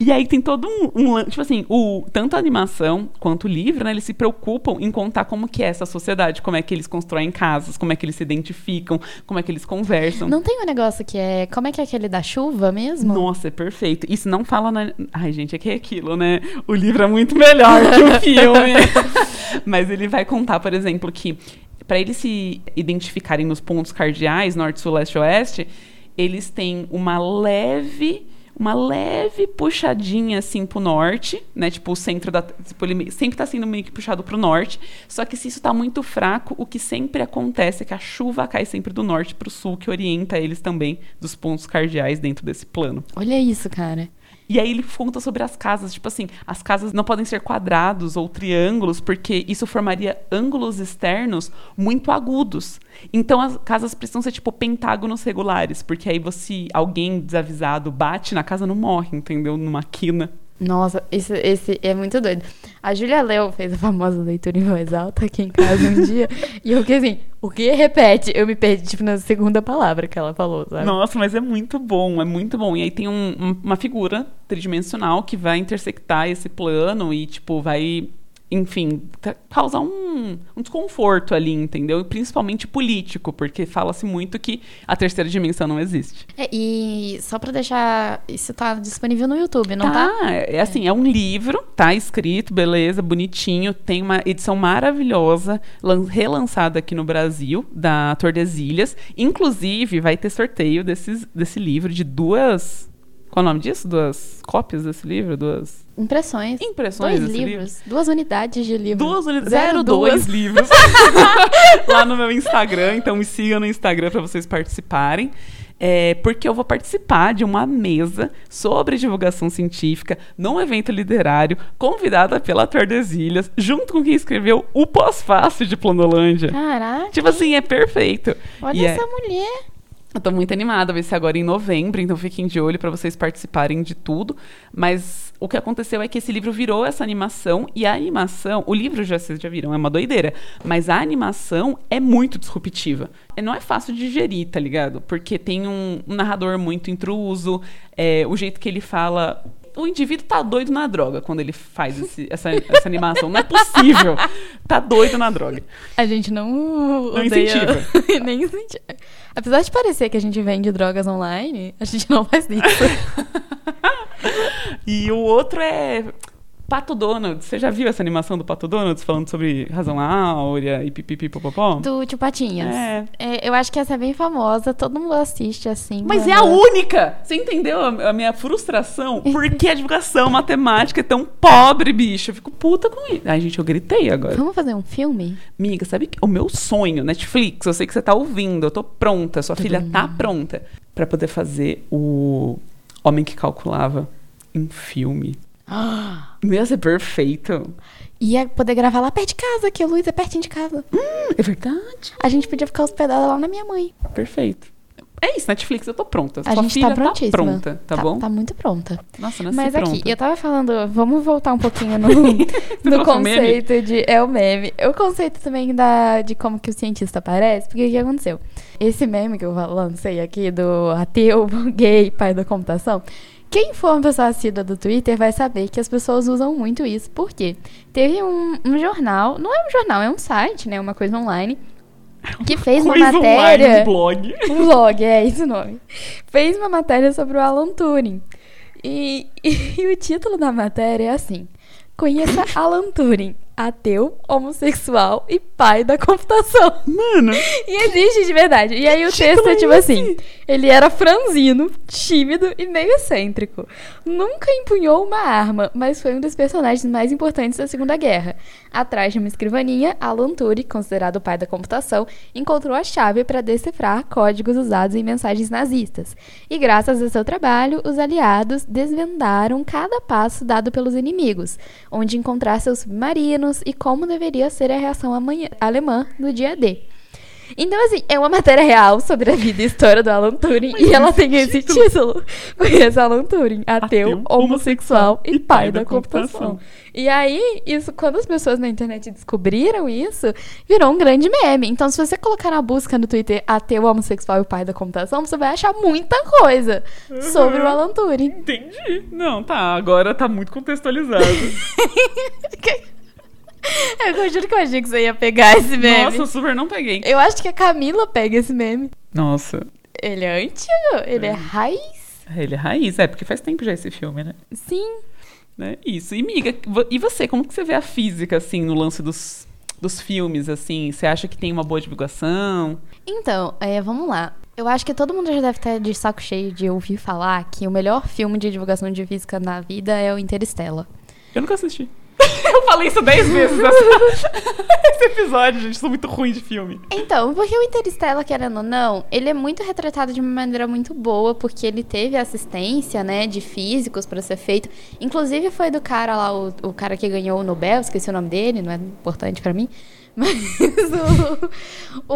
Speaker 2: E aí tem todo um, um lan- tipo assim, o tanto a animação quanto o livro, né, eles se preocupam em contar como que é essa sociedade, como é que eles constroem casas, como é que eles se identificam, como é que eles conversam.
Speaker 1: Não tem um negócio que é. Como é que é aquele da chuva mesmo?
Speaker 2: Nossa, é perfeito. Isso não fala na. Ai, gente, é que é aquilo, né? O livro é muito melhor que o
Speaker 1: *laughs*
Speaker 2: filme. *laughs* Mas ele vai contar, por exemplo, que para eles se identificarem nos pontos cardeais, norte, sul, leste, oeste, eles têm uma leve. Uma leve puxadinha assim pro norte, né? Tipo, o centro da. Tipo, ele me- sempre tá sendo meio que puxado pro norte. Só que se isso tá muito fraco, o que sempre acontece é que a chuva cai sempre do norte pro sul, que orienta eles também dos pontos cardeais dentro desse plano.
Speaker 1: Olha isso, cara.
Speaker 2: E aí ele conta sobre as casas, tipo assim, as casas não podem ser quadrados ou triângulos, porque isso formaria ângulos externos muito agudos. Então as casas precisam ser tipo pentágonos regulares, porque aí você, alguém desavisado bate na casa não morre, entendeu? Numa quina.
Speaker 1: Nossa, esse, esse é muito doido. A Julia Leu fez a famosa leitura em voz alta aqui em casa um
Speaker 2: *laughs*
Speaker 1: dia. e eu fiquei assim, o que repete? Eu me perdi, tipo, na segunda palavra que ela falou, sabe?
Speaker 2: Nossa, mas é muito bom, é muito bom. E aí tem um- um- uma figura tridimensional que vai intersectar esse plano e, tipo, vai, enfim, ca- causar um, um desconforto ali, entendeu? E principalmente político, porque fala-se muito que a terceira dimensão não existe.
Speaker 1: É, e só pra deixar. Isso tá disponível no YouTube, não tá?
Speaker 2: tá, é assim, é um livro, tá escrito, beleza, bonitinho, tem uma edição maravilhosa, lan- relançada aqui no Brasil, da Tordesilhas. Inclusive, vai ter sorteio desses, desse livro de duas. Qual é o nome disso? Duas cópias desse livro? Duas.
Speaker 1: Impressões.
Speaker 2: Impressões
Speaker 1: Dois
Speaker 2: desse livro?
Speaker 1: livros. Duas unidades de livro.
Speaker 2: Duas unidades.
Speaker 1: Zero,
Speaker 2: Zero,
Speaker 1: duas.
Speaker 2: dois
Speaker 1: *laughs*
Speaker 2: *laughs* livros. Lá no meu Instagram. Então me sigam no Instagram para vocês participarem. É, porque eu vou participar de uma mesa sobre divulgação científica num evento literário, convidada pela Tordesilhas, junto com quem escreveu o pós-fácil de Planolândia.
Speaker 1: Caraca.
Speaker 2: Tipo assim, é perfeito.
Speaker 1: Olha
Speaker 2: E é-
Speaker 1: essa mulher.
Speaker 2: eu tô muito animada, vai ser agora em novembro, então fiquem de olho pra vocês participarem de tudo. Mas o que aconteceu é que esse livro virou essa animação, e a animação, o livro já vocês já viram, é uma doideira, mas a animação é muito disruptiva. É, Não é fácil de digerir, tá ligado? Porque tem um, um narrador muito intruso, é, o jeito que ele fala. O indivíduo tá doido na droga quando ele faz esse- essa, essa animação. Não é possível. Tá doido na droga.
Speaker 1: A gente não.
Speaker 2: Não
Speaker 1: odeia-
Speaker 2: incentiva.
Speaker 1: *laughs* Nem incentiva. Apesar de parecer que a gente vende drogas online, a gente não faz isso.
Speaker 2: *laughs* E o outro é Pato Donald. Você já viu essa animação do Pato Donald falando sobre razão áurea e pipipipopopó?
Speaker 1: Do Tio Patinhas.
Speaker 2: É.
Speaker 1: eu acho que essa é bem famosa, todo mundo assiste assim.
Speaker 2: Mas
Speaker 1: quando-
Speaker 2: é a única! Você entendeu a a minha frustração? Por que a divulgação matemática é tão pobre, bicho? Eu fico puta com isso. Ai, gente, eu gritei agora.
Speaker 1: Vamos fazer um filme?
Speaker 2: Miga, sabe que- o meu sonho, Netflix, eu sei que você tá ouvindo, eu tô pronta, sua filha tá pronta pra poder fazer o Homem que Calculava em filme. *gasps* Ia ser perfeito.
Speaker 1: Ia é poder gravar lá perto de casa, que o Luiz é pertinho de casa.
Speaker 2: Hum, é verdade.
Speaker 1: A gente podia ficar hospedada lá na minha mãe.
Speaker 2: Perfeito. É isso, Netflix, eu tô pronta.
Speaker 1: A
Speaker 2: Sua
Speaker 1: gente
Speaker 2: filha
Speaker 1: tá prontíssima.
Speaker 2: pronta, tá, bom?
Speaker 1: Tá muito pronta.
Speaker 2: Nossa, nasci
Speaker 1: Mas
Speaker 2: pronta.
Speaker 1: aqui, eu tava falando, vamos voltar um pouquinho
Speaker 2: *laughs*
Speaker 1: no, no
Speaker 2: trouxe um meme?
Speaker 1: conceito de. É o meme. O conceito também da, de como que o cientista aparece, porque o que aconteceu? Esse meme que eu lancei aqui do ateu, *laughs* gay, pai da computação. Quem for uma pessoa assídua do Twitter vai saber que as pessoas usam muito isso. Por quê? Teve um, um jornal, não é um jornal, é um site, né? Uma coisa online, que fez uma
Speaker 2: É Coisa online,
Speaker 1: matéria.
Speaker 2: blog.
Speaker 1: *laughs* Um blog, é esse o nome. Fez uma matéria sobre o Alan Turing. E, e o título da matéria é assim: Conheça Alan Turing, ateu, homossexual e pai da computação. *laughs*
Speaker 2: Mano,
Speaker 1: E existe de verdade. E aí o texto é tipo assim: ele era franzino, tímido e meio excêntrico. Nunca empunhou uma arma, mas foi um dos personagens mais importantes da Segunda Guerra. Atrás de uma escrivaninha, Alan Turing, considerado o pai da computação, encontrou a chave para decifrar códigos usados em mensagens nazistas. E graças a seu trabalho, os aliados desvendaram cada passo dado pelos inimigos, onde encontrar seus submarinos e como deveria ser a reação amanhã- alemã no dia D. Então, assim, é uma matéria real sobre a vida e história do Alan Turing. e ela tem esse título. *laughs* Conheça Alan Turing, ateu,
Speaker 2: Ateu,
Speaker 1: homossexual e pai da, computação.
Speaker 2: computação.
Speaker 1: E aí, isso, quando as pessoas na internet descobriram isso, virou um grande meme. Então, se você colocar na busca no Twitter ateu, homossexual e pai da computação, você vai achar muita coisa sobre o Alan Turing. *laughs*
Speaker 2: Entendi. Não, tá. Agora tá muito contextualizado.
Speaker 1: Eu juro que eu achei que você ia pegar esse meme.
Speaker 2: Nossa, eu super não peguei.
Speaker 1: Eu acho que a Camila pega esse meme.
Speaker 2: Nossa.
Speaker 1: Ele é antigo, ele é raiz.
Speaker 2: Ele é raiz, é, porque faz tempo já esse filme, né?
Speaker 1: Sim.
Speaker 2: Né? Isso. E, miga, vo- e você, como que você vê a física, assim, no lance dos, dos filmes, assim? Você acha que tem uma boa divulgação?
Speaker 1: Então, é, vamos lá. Eu acho que todo mundo já deve estar de saco cheio de ouvir falar que o melhor filme de divulgação de física na vida é o Interestela.
Speaker 2: Eu nunca assisti. *laughs* Eu falei isso dez
Speaker 1: *laughs*
Speaker 2: vezes *laughs* essa- esse episódio, gente. Sou muito ruim de filme.
Speaker 1: Então, porque o Interestela, querendo ou não, ele é muito retratado de uma maneira muito boa, porque ele teve assistência, né, de físicos pra ser feito. Inclusive foi do cara lá, o, o cara que ganhou o Nobel, esqueci o nome dele, não é importante pra mim. *laughs* Mas o,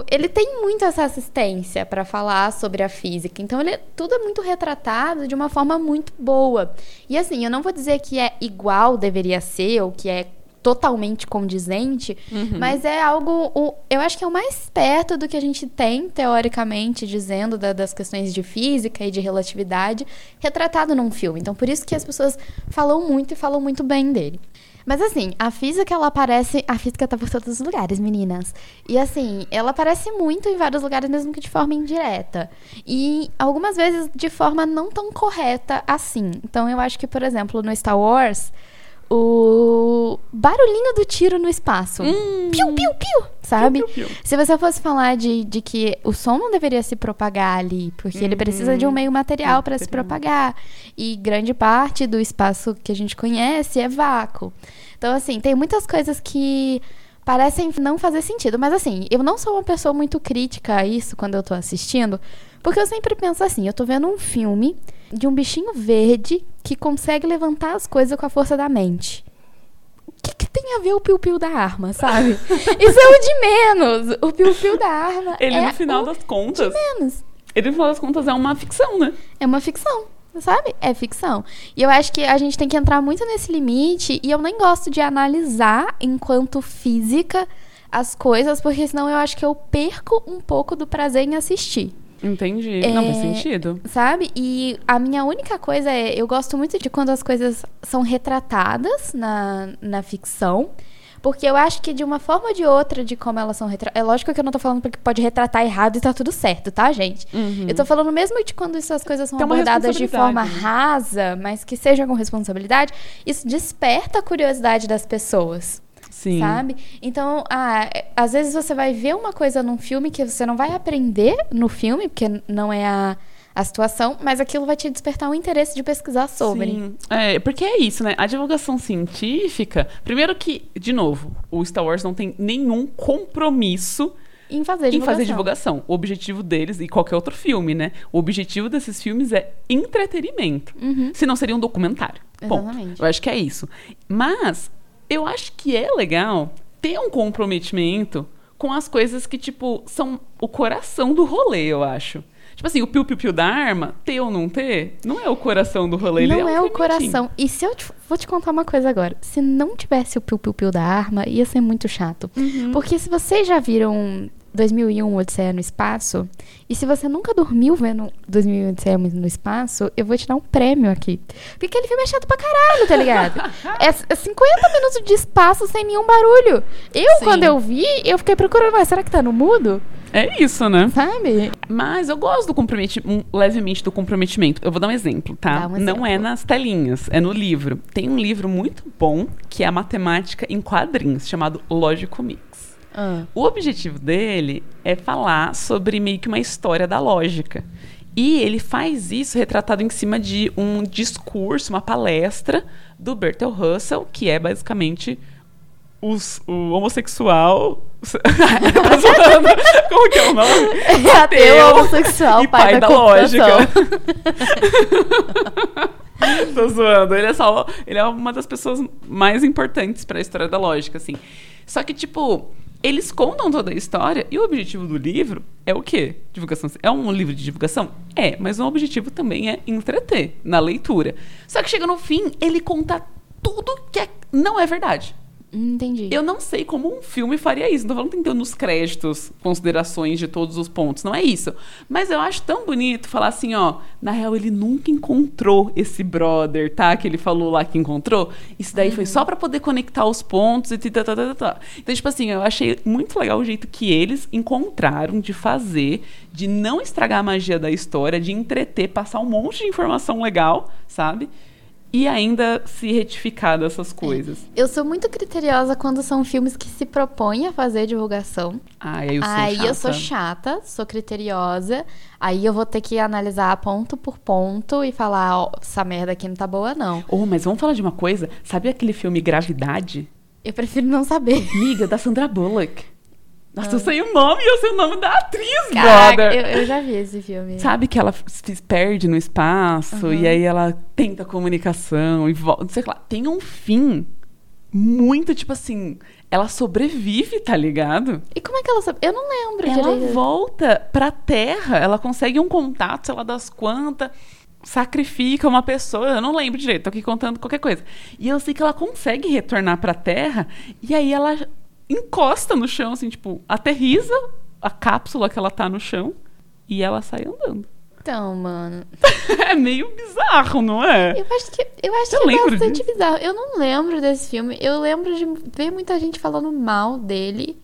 Speaker 1: o- ele tem muito essa assistência pra falar sobre a física. Então, ele, tudo é muito retratado de uma forma muito boa. E assim, eu não vou dizer que é igual deveria ser, ou que é totalmente condizente, mas é algo. o- eu acho que é o mais perto do que a gente tem, teoricamente, dizendo da- das questões de física e de relatividade, retratado num filme. Então, por isso que as pessoas falam muito e falam muito bem dele. Mas assim, a física ela aparece, a física tá por todos os lugares, meninas. E assim, ela aparece muito em vários lugares mesmo que de forma indireta. E algumas vezes de forma não tão correta assim. Então eu acho que, por exemplo, no Star Wars, o barulhinho do tiro no espaço. Piu, piu, piu, sabe?
Speaker 2: piu, piu.
Speaker 1: Se você fosse falar de, de que o som não deveria se propagar ali, porque ele precisa de um meio material para se propagar. E grande parte do espaço que a gente conhece é vácuo. Então, assim, tem muitas coisas que parecem não fazer sentido. Mas, assim, eu não sou uma pessoa muito crítica a isso quando eu tô assistindo, porque eu sempre penso assim: eu tô vendo um filme de um bichinho verde que consegue levantar as coisas com a força da mente que, que tem a ver o piu-piu da arma, sabe? *laughs* Isso é o de menos. O piu-piu da arma.
Speaker 2: Ele,
Speaker 1: é
Speaker 2: no final
Speaker 1: o
Speaker 2: das contas...
Speaker 1: de menos.
Speaker 2: Ele, no final das contas, é uma ficção, né?
Speaker 1: É uma ficção. Sabe? É ficção. E eu acho que a gente tem que entrar muito nesse limite. E eu nem gosto de analisar enquanto física as coisas, porque senão eu acho que eu perco um pouco do prazer em assistir.
Speaker 2: Entendi.
Speaker 1: É,
Speaker 2: Não faz sentido.
Speaker 1: Sabe? E a minha única coisa é, eu gosto muito de quando as coisas são retratadas na, na ficção. Porque eu acho que de uma forma ou de outra, de como elas são retratadas. É lógico que eu não tô falando porque pode retratar errado e tá tudo certo, tá, gente? Eu tô falando mesmo de quando essas coisas são
Speaker 2: Uhum. Tem uma
Speaker 1: abordadas de forma
Speaker 2: responsabilidade, né?
Speaker 1: rasa, mas que seja com responsabilidade, isso desperta a curiosidade das pessoas
Speaker 2: Sim.
Speaker 1: sabe? Então, ah, é- às vezes você vai ver uma coisa num filme que você não vai aprender no filme, porque n- não é a, a situação, mas aquilo vai te despertar um interesse de pesquisar sobre.
Speaker 2: Sim. É, porque é isso, né? A divulgação científica. Primeiro que, de novo, o Star Wars não tem nenhum compromisso
Speaker 1: Em fazer
Speaker 2: em
Speaker 1: divulgação.
Speaker 2: fazer divulgação. O objetivo deles, e qualquer outro filme, né? O objetivo desses filmes é entretenimento.
Speaker 1: Uhum.
Speaker 2: Se não seria um documentário. Ponto.
Speaker 1: Exatamente.
Speaker 2: Eu acho que é isso. Mas eu acho que é legal ter um comprometimento com as coisas que, tipo, são o coração do rolê, eu acho. Tipo assim, o piu-piu-piu da arma, ter ou não ter, não é o coração do rolê. ele
Speaker 1: Não
Speaker 2: um
Speaker 1: é o
Speaker 2: elementinho.
Speaker 1: coração. E se eu te, vou te contar uma coisa agora. Se não tivesse o piu-piu-piu da arma, ia ser muito chato. Porque se vocês já viram 2001 Odisseia no Espaço, e se você nunca dormiu vendo 2001 Odisseia no Espaço, eu vou te dar um prêmio aqui. Porque aquele filme é chato pra caralho, tá ligado? é, c- é 50 minutos de espaço sem nenhum barulho. Eu,
Speaker 2: Sim.
Speaker 1: quando eu vi, eu fiquei procurando, mas será que tá no mudo?
Speaker 2: É isso, né?
Speaker 1: Sabe?
Speaker 2: Mas eu gosto do comprometimento, levemente do comprometimento. Eu vou dar um exemplo,
Speaker 1: Dá
Speaker 2: tá?
Speaker 1: um exemplo.
Speaker 2: Não é nas telinhas, é no livro. Tem um livro muito bom que é a matemática em quadrinhos, chamado Lógico Mix.
Speaker 1: *laughs*
Speaker 2: O objetivo dele é falar sobre meio que uma história da lógica. E ele faz isso retratado em cima de um discurso, uma palestra do Bertrand Russell, que é basicamente os- o homossexual. *laughs* Tá zoando. Como que é o nome?
Speaker 1: É ateu, homossexual,
Speaker 2: e
Speaker 1: pai, da, computação.
Speaker 2: *laughs* Tô zoando. Ele é só, ele é uma das pessoas mais importantes pra história da lógica, assim. Só que tipo, Eles contam toda a história e o objetivo do livro é o quê? Divulgação. É um livro de divulgação? É, mas o objetivo também é entreter na leitura. Só que chega no fim, ele conta tudo que é- não é verdade.
Speaker 1: Hum, Entendi.
Speaker 2: Eu não sei como um filme faria isso. Não tô falando que tem que ter nos créditos considerações de todos os pontos. Não é isso. Mas eu acho tão bonito falar assim, ó. Na real, ele nunca encontrou esse brother, tá? Que ele falou lá que encontrou. Isso daí
Speaker 1: Uhum.
Speaker 2: foi só pra poder conectar os pontos e tá, tá, tá, tá, tá. Então, tipo assim, eu achei muito legal o jeito que eles encontraram de fazer, de não estragar a magia da história, de entreter, passar um monte de informação legal, sabe? E ainda se retificar dessas coisas.
Speaker 1: Eu sou muito criteriosa quando são filmes que se propõem a fazer divulgação.
Speaker 2: Ai, aí eu sou
Speaker 1: aí
Speaker 2: chata.
Speaker 1: eu sou chata, sou criteriosa. Aí eu vou ter que analisar ponto por ponto e falar, ó, essa merda aqui não tá boa, não.
Speaker 2: Oh, mas vamos falar de uma coisa? Sabe aquele filme Gravidade?
Speaker 1: Eu prefiro não saber.
Speaker 2: Miga, da Sandra Bullock. Nossa, eu sei o nome e eu sei o nome da atriz,
Speaker 1: Ah. Caraca,
Speaker 2: *laughs* brother.
Speaker 1: eu, eu já vi esse filme.
Speaker 2: Sabe que ela se perde no espaço e aí ela tenta comunicação e volta, não sei o que lá. Tem um fim muito, tipo assim, ela sobrevive, tá ligado?
Speaker 1: E como é que ela sabe? Eu não lembro
Speaker 2: Ela
Speaker 1: direito.
Speaker 2: volta pra terra, ela consegue um contato, sei lá das quantas, sacrifica uma pessoa, eu não lembro direito, tô aqui contando qualquer coisa. E eu sei que ela consegue retornar pra terra, e aí ela encosta no chão, assim, tipo, aterriza a cápsula que ela tá no chão e ela sai andando. *laughs*
Speaker 1: Então, mano.
Speaker 2: é meio bizarro, não é?
Speaker 1: Eu acho que, eu acho
Speaker 2: Eu
Speaker 1: que é
Speaker 2: lembro
Speaker 1: bastante
Speaker 2: disso.
Speaker 1: bizarro. Eu não lembro desse filme. Eu lembro de ver muita gente falando mal dele.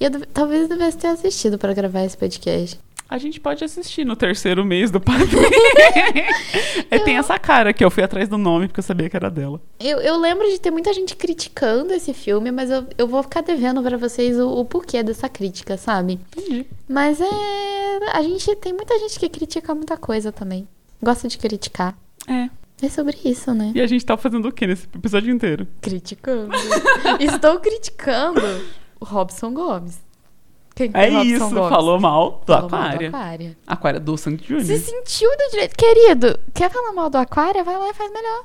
Speaker 1: E eu deve- talvez eu devesse ter assistido pra gravar esse podcast.
Speaker 2: A gente pode assistir no terceiro mês do padre. é, tem
Speaker 1: Eu-
Speaker 2: essa cara que eu fui atrás do nome porque eu sabia que era dela.
Speaker 1: Eu, eu lembro de ter muita gente criticando esse filme, mas eu, eu vou ficar devendo pra vocês o, o porquê dessa crítica, sabe?
Speaker 2: Entendi.
Speaker 1: Mas é. A gente tem muita gente que critica muita coisa também. Gosta de criticar.
Speaker 2: É.
Speaker 1: É sobre isso,
Speaker 2: *laughs*
Speaker 1: né?
Speaker 2: E a gente tá fazendo o quê nesse episódio inteiro?
Speaker 1: Criticando. *laughs* Estou criticando o Robson Gomes. Quem que
Speaker 2: É
Speaker 1: o Robson
Speaker 2: isso,
Speaker 1: Gomes?
Speaker 2: falou mal do Uhum.
Speaker 1: Falou mal do
Speaker 2: Aquária.
Speaker 1: Aquária.
Speaker 2: Aquária do Santo
Speaker 1: Se
Speaker 2: Júnior.
Speaker 1: sentiu do direito. Querido, quer falar mal do Aquária? Vai lá e faz melhor.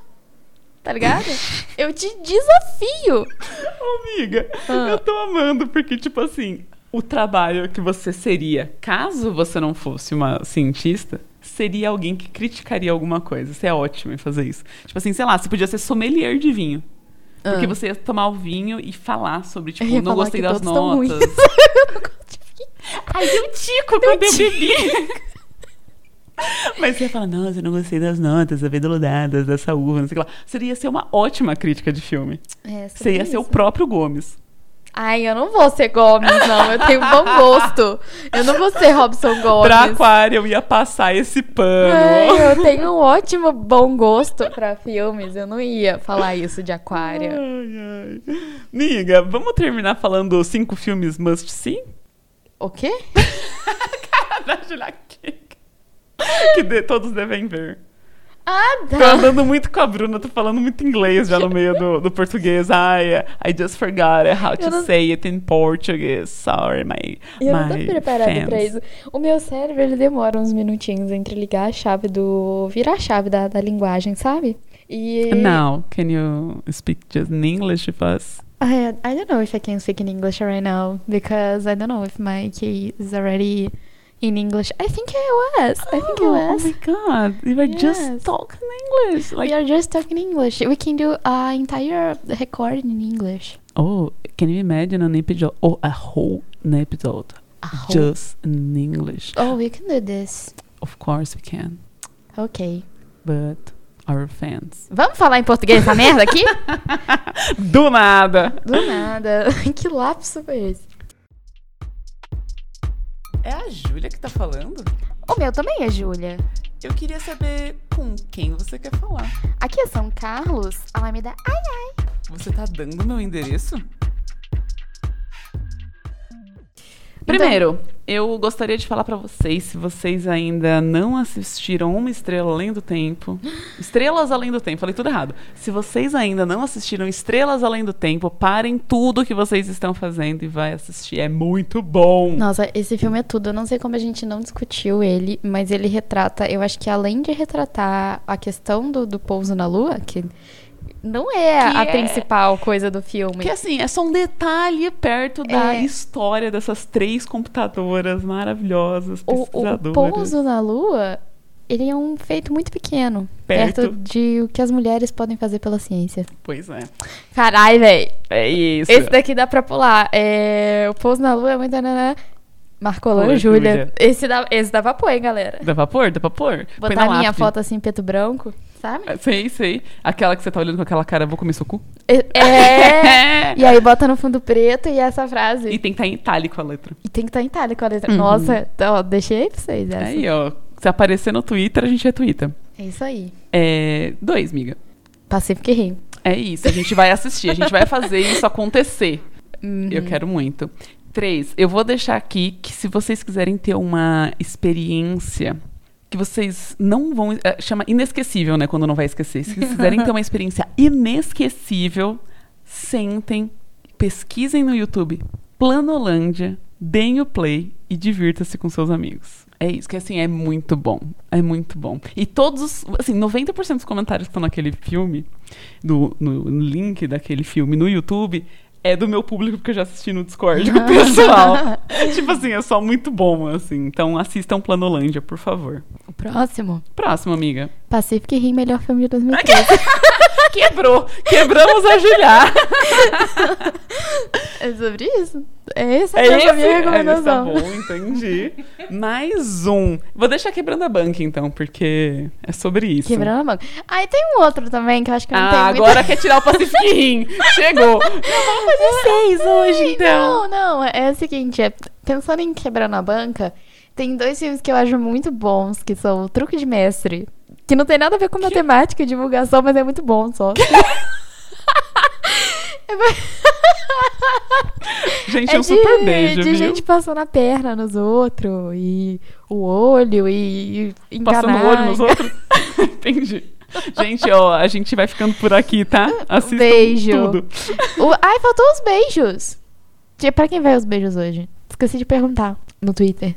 Speaker 1: Tá
Speaker 2: *laughs*
Speaker 1: ligado? Eu te desafio.
Speaker 2: Ô, *laughs* amiga,
Speaker 1: Ah.
Speaker 2: eu tô amando, porque, tipo assim, o trabalho que você seria, caso você não fosse uma cientista, seria alguém que criticaria alguma coisa. Você é ótimo em fazer isso. Tipo assim, sei lá, você podia ser sommelier de vinho. Porque
Speaker 1: Ah.
Speaker 2: você ia tomar o vinho e falar sobre, tipo,
Speaker 1: Eu ia
Speaker 2: não
Speaker 1: falar
Speaker 2: gostei
Speaker 1: que
Speaker 2: das
Speaker 1: todos tão
Speaker 2: notas. *laughs*
Speaker 1: ruins.
Speaker 2: Ai, deu tico quando eu bebi. Mas você ia falar, nossa, eu não gostei das notas, aveduladas, dessa uva, não sei o que lá. Seria ser uma ótima crítica de filme.
Speaker 1: É,
Speaker 2: Você ia
Speaker 1: sobre
Speaker 2: ser o
Speaker 1: isso.
Speaker 2: próprio Gomes.
Speaker 1: Ai, eu não vou ser Gomes, não. Eu tenho bom gosto. Eu não vou ser Robson Gomes.
Speaker 2: Pra Aquário, eu ia passar esse pano.
Speaker 1: Ai, eu tenho um ótimo bom gosto pra filmes. Eu não ia falar isso de Aquária.
Speaker 2: Ai, ai. Miga, vamos terminar falando cinco filmes must see?
Speaker 1: O quê?
Speaker 2: da Julia Kika. Que de- todos devem ver.
Speaker 1: Ah,
Speaker 2: Tô
Speaker 1: tá.
Speaker 2: andando muito com a Bruna, tô falando muito inglês já no meio do, do português. Ai, I just forgot how to
Speaker 1: Eu não-
Speaker 2: say it in Portuguese. Sorry, my.
Speaker 1: Eu
Speaker 2: *laughs*
Speaker 1: não tô
Speaker 2: my
Speaker 1: preparada
Speaker 2: fans.
Speaker 1: pra isso. O meu cérebro, ele demora uns minutinhos entre ligar a chave do... Virar a chave da, da linguagem, sabe? E...
Speaker 2: Now, can you speak just in English with us?
Speaker 1: I, I don't know if I can speak in English right now because I don't know if my key is already in English. I think I was. I think I
Speaker 2: oh,
Speaker 1: was.
Speaker 2: Oh my god, you were
Speaker 1: Yes.
Speaker 2: just talking English. Like,
Speaker 1: we are just talking English. We can do an entire recording in English.
Speaker 2: oh, can you imagine an episode? Oh, a whole episode just in English.
Speaker 1: Oh, we can do this.
Speaker 2: Of course we can,
Speaker 1: Ok.
Speaker 2: but our fans.
Speaker 1: Vamos falar em português essa merda aqui?
Speaker 2: *laughs* Do nada!
Speaker 1: *laughs* Do nada. *laughs* que lapso foi esse?
Speaker 2: É a Júlia que tá falando?
Speaker 1: O meu também é Júlia.
Speaker 2: Eu queria saber com quem você quer falar.
Speaker 1: Aqui é São Carlos. Ela me dá ai ai.
Speaker 2: Você tá dando meu endereço?
Speaker 1: Então-
Speaker 2: Primeiro, eu gostaria de falar pra vocês, se vocês ainda não assistiram Uma Estrela Além
Speaker 1: *gasps*
Speaker 2: do Tempo. Estrelas Além do Tempo, falei tudo errado. Se vocês ainda não assistiram Estrelas Além do Tempo, parem tudo que vocês estão fazendo e vai assistir. É muito bom.
Speaker 1: Nossa, esse filme é tudo. Eu não sei como a gente não discutiu ele, mas ele retrata. Eu acho que além de retratar a questão do, do pouso na lua, que não é
Speaker 2: Que
Speaker 1: a
Speaker 2: é-
Speaker 1: principal coisa do filme.
Speaker 2: Que assim, é só um detalhe perto da
Speaker 1: É.
Speaker 2: história dessas três computadoras maravilhosas,
Speaker 1: o, o
Speaker 2: pesquisadoras.
Speaker 1: pouso na lua, ele é um feito muito pequeno.
Speaker 2: Perto.
Speaker 1: Perto de o que as mulheres podem fazer pela ciência.
Speaker 2: Pois é.
Speaker 1: Carai, véi.
Speaker 2: É isso.
Speaker 1: Esse daqui dá pra pular. É, o pouso na lua é muito... nananã. Marcolão
Speaker 2: Ô,
Speaker 1: e Júlia.
Speaker 2: Júlia.
Speaker 1: Esse dá, esse dá pra pôr, hein, galera.
Speaker 2: Dá pra pôr? Dá pra pôr? Põe
Speaker 1: Botar
Speaker 2: na
Speaker 1: minha
Speaker 2: lápide.
Speaker 1: foto assim, em preto e branco, sabe?
Speaker 2: É, Sei, sei. Aquela que você tá olhando com aquela cara, vou comer seu cu.
Speaker 1: É. e aí bota no fundo preto e essa frase.
Speaker 2: *laughs* E
Speaker 1: E,
Speaker 2: tem que estar em itálico a letra.
Speaker 1: tem que estar em itálico a letra. Nossa, então, ó, deixei aí pra vocês essa.
Speaker 2: Aí, ó. Se aparecer no Twitter, a gente retweeta.
Speaker 1: É isso aí.
Speaker 2: É. Dois, miga.
Speaker 1: Pacific Rim.
Speaker 2: É isso. A gente vai assistir. A gente vai fazer isso acontecer.
Speaker 1: Hum,
Speaker 2: Eu quero muito. Três, eu vou deixar aqui que se vocês quiserem ter uma experiência que vocês não vão. é, Chama inesquecível, né? Quando não vai esquecer. Se vocês quiserem ter uma experiência inesquecível, sentem, pesquisem no YouTube Planolândia, deem o play e divirta-se com seus amigos. É isso, que assim, é muito bom. É muito bom. E todos os. Assim, 90% dos comentários que estão naquele filme, do, no no link daquele filme no YouTube, é do meu público, porque eu já assisti no Discord
Speaker 1: Ah.
Speaker 2: com
Speaker 1: *laughs*
Speaker 2: o pessoal. tipo assim, é só muito bom, assim. Então assistam Planolândia, por favor.
Speaker 1: O próximo.
Speaker 2: Próximo, amiga.
Speaker 1: Pacific Rim, melhor filme de
Speaker 2: *laughs*
Speaker 1: 2013. Tá,
Speaker 2: Quebrou! Quebramos
Speaker 1: *laughs*
Speaker 2: a Juliá!
Speaker 1: é sobre isso? É essa
Speaker 2: É
Speaker 1: que é a
Speaker 2: esse?
Speaker 1: minha
Speaker 2: É esse, tá
Speaker 1: recomendação.
Speaker 2: bom, entendi. Mais um. Vou deixar quebrando a banca, então, porque é sobre isso.
Speaker 1: Quebrando a banca. Aí tem um outro também que eu acho que eu não
Speaker 2: Ah,
Speaker 1: tenho
Speaker 2: agora quer tirar o Pacific
Speaker 1: *laughs*
Speaker 2: Rim. Chegou. Não, vamos fazer seis hoje,
Speaker 1: Ai, Não,
Speaker 2: então.
Speaker 1: não, é o seguinte, é, pensando em quebrando a banca, tem dois filmes que eu acho muito bons, que são o Truque de Mestre, que não tem nada a ver com matemática e divulgação, mas é muito bom só. É ba-
Speaker 2: Gente, é um super beijo,
Speaker 1: de
Speaker 2: viu?
Speaker 1: gente passando a perna nos outros, e o olho, e, e enganar.
Speaker 2: Passando o olho nos outros? *laughs* Entendi. Gente, ó, a gente vai ficando por aqui, tá? Assistam
Speaker 1: Beijo.
Speaker 2: tudo.
Speaker 1: O- ai, faltou os beijos. Tinha- Pra quem vai os beijos hoje? Esqueci de perguntar no Twitter.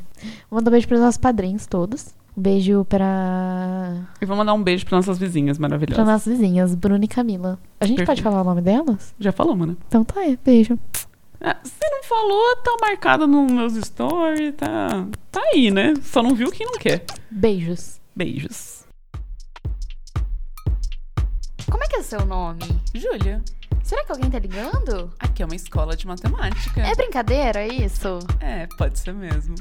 Speaker 1: Vou mandar um beijo pros nossos padrinhos todos. Um beijo pra,
Speaker 2: E vou mandar um beijo para nossas vizinhas
Speaker 1: pra
Speaker 2: maravilhosas.
Speaker 1: nossas vizinhas, Bruna e Camila. A gente pode
Speaker 2: Perfeito.
Speaker 1: falar o nome delas?
Speaker 2: Já falamos, né?
Speaker 1: Então tá, é, beijo.
Speaker 2: Ah, Você não falou, tá marcado nos meus stories, tá... Tá aí, né? Só não viu quem não quer.
Speaker 1: Beijos.
Speaker 2: Beijos.
Speaker 1: Como é que é o seu nome?
Speaker 2: Júlia,
Speaker 1: Será que alguém tá ligando?
Speaker 2: aqui é uma escola de matemática.
Speaker 1: brincadeira isso?
Speaker 2: É, pode ser mesmo.